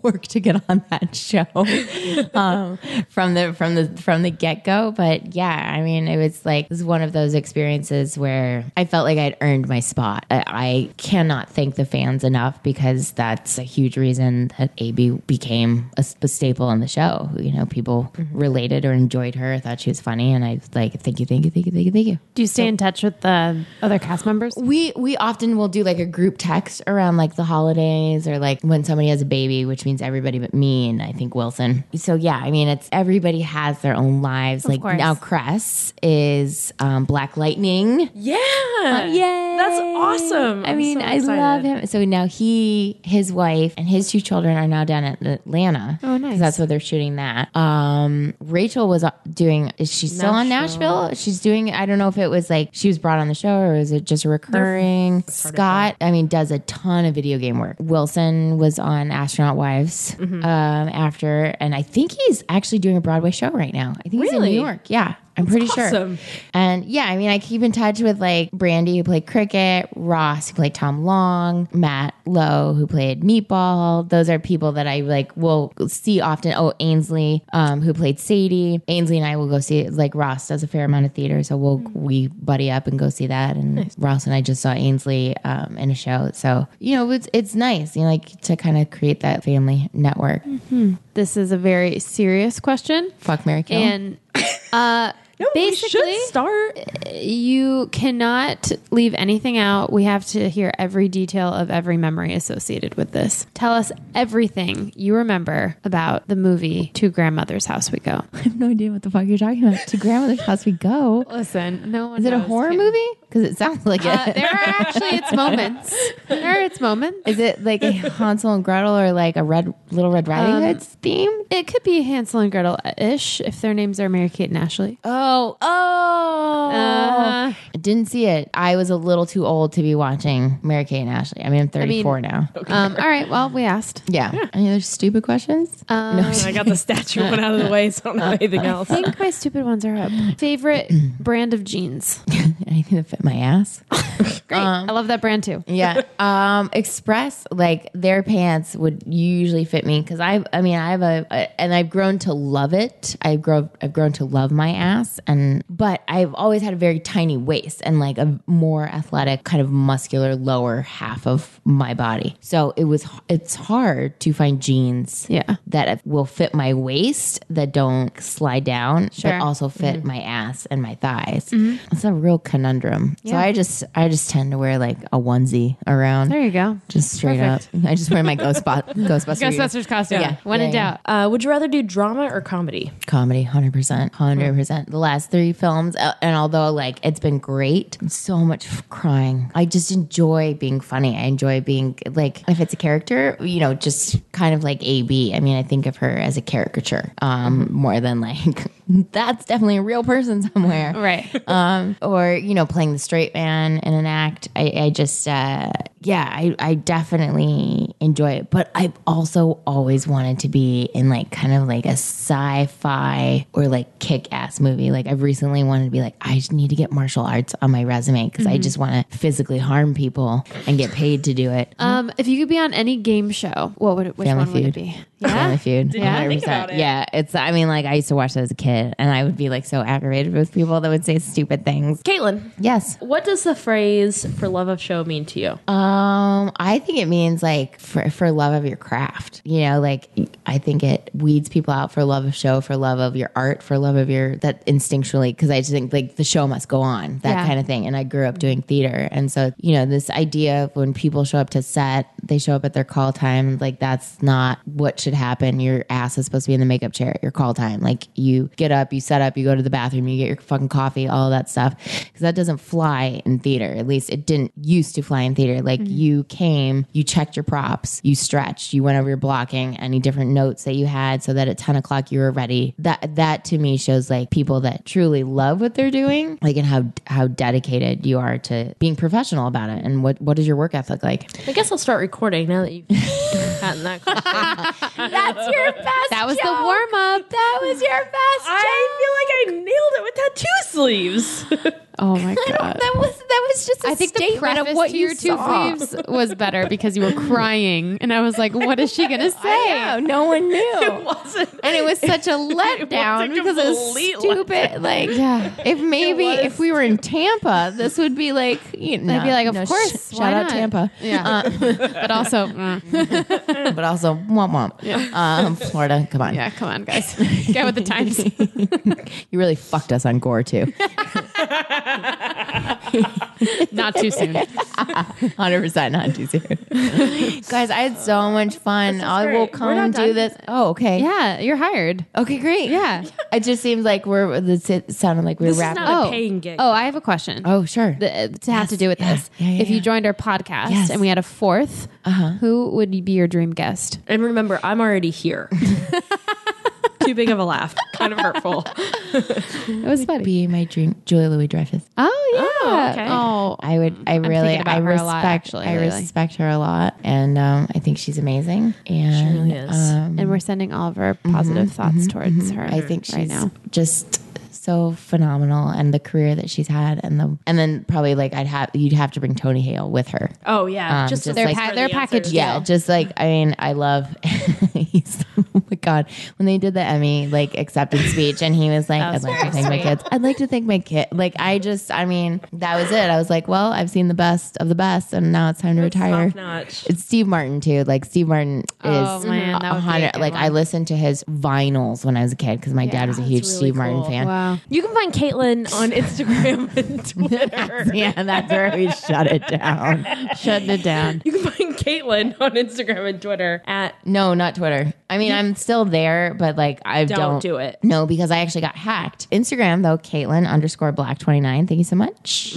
worked to get on that show um, from the from the from the get go. But yeah, I mean, it was like it was one of those experiences where I felt like I'd earned my spot. I, I cannot thank the fans enough because that's a huge reason that AB became a, s- a staple on the show. You know, people related or enjoyed her, thought she was funny, and I was like, thank you, thank you, thank you, thank you, thank you. Do you stay in touch with the other cast members? We we often will do like a group text around like the holidays or like when somebody has a baby, which means everybody but me and I think Wilson. So yeah, I mean it's everybody has their own lives. like course. now Cress is um, Black Lightning. Yeah. Uh, Yay! That's awesome. I I'm mean, so I excited. love him. So now he, his wife, and his two children are now down in Atlanta. Oh, nice. That's where they're shooting that. Um, Rachel was uh, doing. Is she still on Nashville? She's doing. I don't know if it was like she was brought on the show or is it just recurring? Scott, I mean, does a ton of video game work. Wilson was on Astronaut Wives Mm-hmm. um, after, and I think he's actually doing a Broadway show right now. I think he's in Really? New York. Yeah. I'm pretty sure. awesome. And yeah, I mean, I keep in touch with like Brandy, who played cricket, Ross, who played Tom Long, Matt Lowe, who played Meatball. Those are people that I like will see often. Oh, Ainsley, um, who played Sadie. Ainsley and I will go see like Ross does a fair amount of theater, so we'll we buddy up and go see that. And Ross and I just saw Ainsley um, in a show, so you know it's it's nice, you know, like to kind of create that family network. This is a very serious question. Fuck Mary Kill. And uh, No, basically, we should start. you cannot leave anything out. We have to hear every detail of every memory associated with this. Tell us everything you remember about the movie To Grandmother's House We Go. I have no idea what the fuck you're talking about. To grandmother's house we go. Listen, no one Is it a knows, horror Kim. movie? Because it sounds like Uh, it. there are actually its moments. There are its moments. Is it like a Hansel and Gretel or like a Red Little Red Riding Um, Hood's theme? It could be Hansel and Gretel ish if their names are Mary Kate and Ashley. Oh, oh! Uh-huh. I didn't see it. I was a little too old to be watching Mary Kate and Ashley. I mean, I'm 34 now. Um, all right. Well, we asked. Yeah. Uh, Any other stupid questions? Um, I got the statue one out of the way, so I don't have anything else. I think my stupid ones are up. Favorite brand of jeans. Anything that fit my ass? Great. Um, I love that brand too. yeah. Um, Express, like their pants would usually fit me because I, I mean, I have a, a, and I've grown to love it. I've grown, I've grown to love my ass, and but I've always had a very tiny waist and like a more athletic, kind of muscular lower half of my body. So it was, h- it's hard to find jeans, Yeah. that will fit my waist that don't slide down, Sure. but also fit my ass and my thighs. It's a real conundrum. So I just I just tend to wear like a onesie around. There you go. Just straight up. I just wear my ghost spot, Ghostbuster Ghostbusters costume. Yeah. When in Yeah, yeah. doubt. Uh, would you rather do drama or comedy? comedy 100% 100% the last three films uh, and although like it's been great so much f- crying i just enjoy being funny i enjoy being like if it's a character you know just kind of like ab i mean i think of her as a caricature um more than like that's definitely a real person somewhere Right. um, or you know playing the straight man in an act i, I just uh, yeah I, I definitely enjoy it but i've also always wanted to be in like kind of like a sci-fi or like kick-ass movie like i've recently wanted to be like i just need to get martial arts on my resume because Mm-hmm. i just want to physically harm people and get paid to do it Um, if you could be on any game show, what would it, which Family one would Feud. it be? Family Yeah. Feud. you Yeah, think about it? Yeah, it's. I mean, like I used to watch that as a kid, and I would be like so aggravated with people that would say stupid things. Caitlin, Yes. what does the phrase "for love of show" mean to you? Um, I think it means like for, for love of your craft. You know, like I think it weeds people out for love of show, for love of your art, for love of your that instinctually because I just think like the show must go on, that Yeah. kind of thing. And I grew up doing theater, and so you know this idea of when people show up to set, they show up at their call time. Like that's not what should happen. Your ass is supposed to be in the makeup chair at your call time. Like you get up, you set up, you go to the bathroom, you get your fucking coffee, all that stuff, because that doesn't fly in theater. At least it didn't used to fly in theater. Like you came, you checked your props, you stretched, you went over your blocking, any different notes that you had, so that at ten o'clock you were ready. That that to me shows like people that truly love what they're doing, like and how how dedicated you are to being professional about it, and what what does your work ethic like? I guess I'll start recording now that you've gotten that. Question. That's your best. That was the warm up. That was your best. I feel like I nailed it with tattoo sleeves. Oh my god. That was that was just. I I think the statement preface of what to you your two saw. sleeves was better because you were crying, and I was like, "What is she gonna say?" No, no one Oh. knew. Wasn't and it was such a letdown a because it was complete stupid. Like, Yeah. if maybe was if we were in Tampa, this would be like, you know, I'd be like, "Of no, sh- course, shout why out not? Tampa, Yeah, but also, mm, but also womp womp, um, Florida. Come on, yeah. Come on, guys, get with the times. you really fucked us on Gore too, Not too soon. hundred percent, not too soon, guys. I had so much fun. I will great. We're come not do done. this. Oh, okay, Yeah, you're hired. okay, great. Yeah. it just seems like we're. It sounded like we were is wrapping. not- A paying gig. Oh, I have a question. oh, sure. The- to have to do with yeah, this. yeah, yeah, if you yeah. joined our podcast Yes. and we had a 4th who would be your dream guest? And remember, I'm already here. Too big of a laugh. Kind of hurtful. It was funny. be my dream, Julia Louis Dreyfus. Oh yeah. Oh, okay. Oh, I would. I really. thinking about I her respect. a lot, actually, I lately. respect her a lot, and um, I think she's amazing. And really is. um, and we're sending all of our positive thoughts towards her. I think she's right now. just so phenomenal, and the career that she's had, and the and then probably like I'd have you'd have to bring Tony Hale with her. Oh yeah, Um, just, just to like- look for Their the package answers. deal. Yeah, just like I mean, I love. he's, oh my god, when they did the Emmy like acceptance speech, and he was like, "I'd like to thank my kids. I'd like to thank my kid." Like I just, I mean, that was it. I was like, "Well, I've seen the best of the best, and now it's time to retire." Top notch. It's Steve Martin too. Like Steve Martin is Oh, man, a that would be a hundred. good Like I one. listened to his vinyls when I was a kid because my dad was a huge really Steve Martin cool. fan. Wow. You can find Caitlin on Instagram and Twitter. Yeah, that's where we shut it down. Shutting it down. You can find Caitlin on Instagram and Twitter at No, not Twitter. I mean, I'm it's still there, but like I don't, Don't do it. No, because I actually got hacked. Instagram though, Caitlin underscore Black twenty nine. Thank you so much.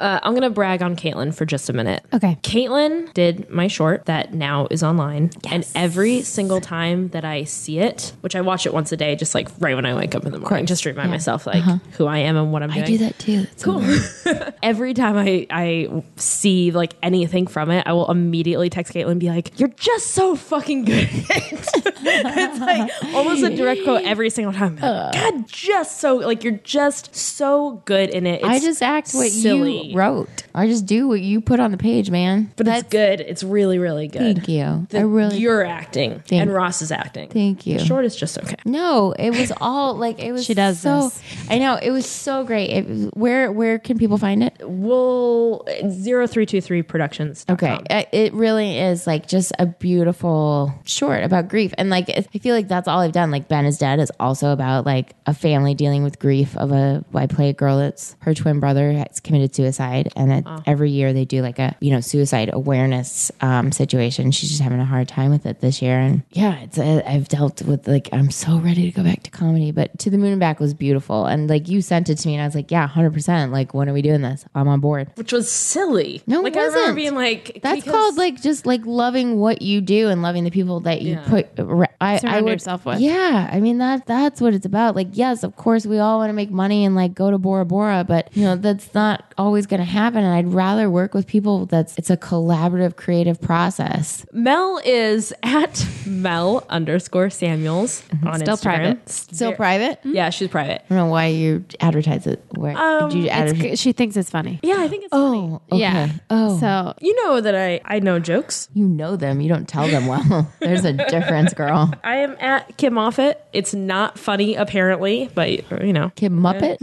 Uh, I'm gonna brag on Caitlin for just a minute. Okay. Caitlin did my short that now is online, and every single time that I see it, which I watch it once a day, just like right when I wake up in the morning, just to remind myself like who I am and what I'm doing. Uh-huh. I do that too. That's cool. every time I, I see like anything from it, I will immediately text Caitlin and be like, You're just so fucking good. at it." it's like almost a direct quote every single time. Like, God, just so like you're just so good in it. It's I just act what silly, you wrote. I just do what you put on the page, man. But it's good. It's really, really good. Thank you. The- I really you're acting and Ross is acting. thank you. The short is just okay. No, it was all like it was. She does so. this. I know it was so great. It, was- where where can people find it? We'll uh, 0323 productions. Okay, I- it really is like just a beautiful short about grief, and like it- I feel like that's all I've done. Like Ben is dead is also about like a family dealing with grief of a I play a girl that's her twin brother has committed suicide, and it, every year they do like a you know suicide awareness um, situation. She's just having a hard time with it this year, and yeah, it's uh, I've dealt with like I'm so ready to go back to comedy, but to the moon and back was beautiful, and like you sent it to me, and I was like, yeah, hundred percent. Like when are we doing this? I'm on board. Which was silly. No, it like I remember wasn't. being like That's because- called like just like loving what you do and loving the people that you put. ar- I, I Surround would, yourself with. Yeah, I mean that that's what it's about. Like, yes, of course, we all want to make money and like go to Bora Bora, but you know that's not always going to happen. And I'd rather work with people that's it's a collaborative, creative process. Mel is at Mel underscore Samuels on Instagram. Still Mm-hmm. private. Still private. I Yeah, she's private. don't know why you advertise it. Where do you Um, It's, advertise? good- she thinks it's funny. Yeah, I think it's Oh, okay. Yeah. Oh, So You know that I I know jokes. you know them. You don't tell them well. There's a difference, girl. I am at Kim Moffitt. It's not funny apparently, but you know. Kid Muppet.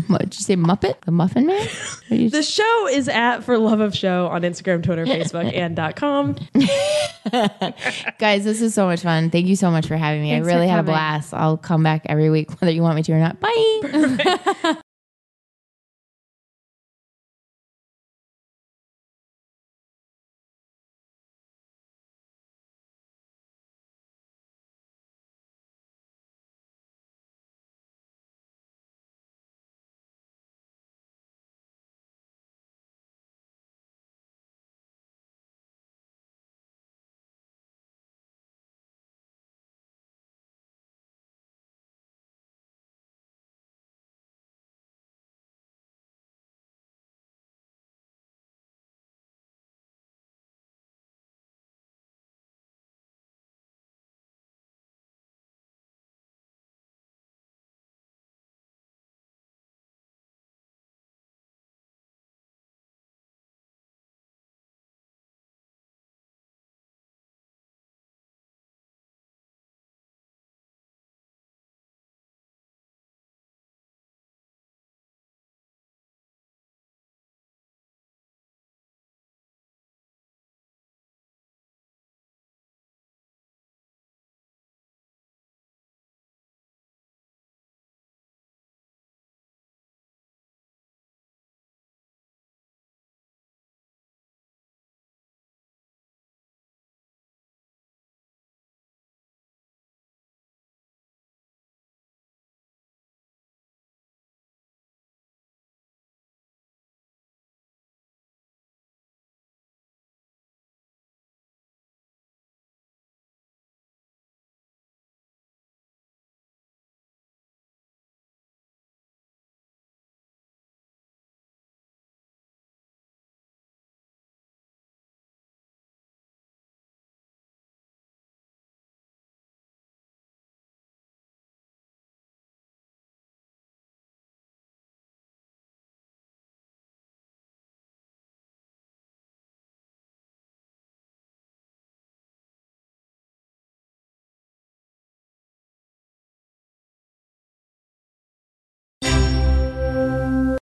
what, did you say Muppet? The Muffin Man? What did you The show is at For Love of Show on Instagram, Twitter, Facebook, and dot com. Guys, this is so much fun. Thank you so much for having me. Thanks I for really had a coming. blast. I'll come back every week, whether you want me to or not. Bye.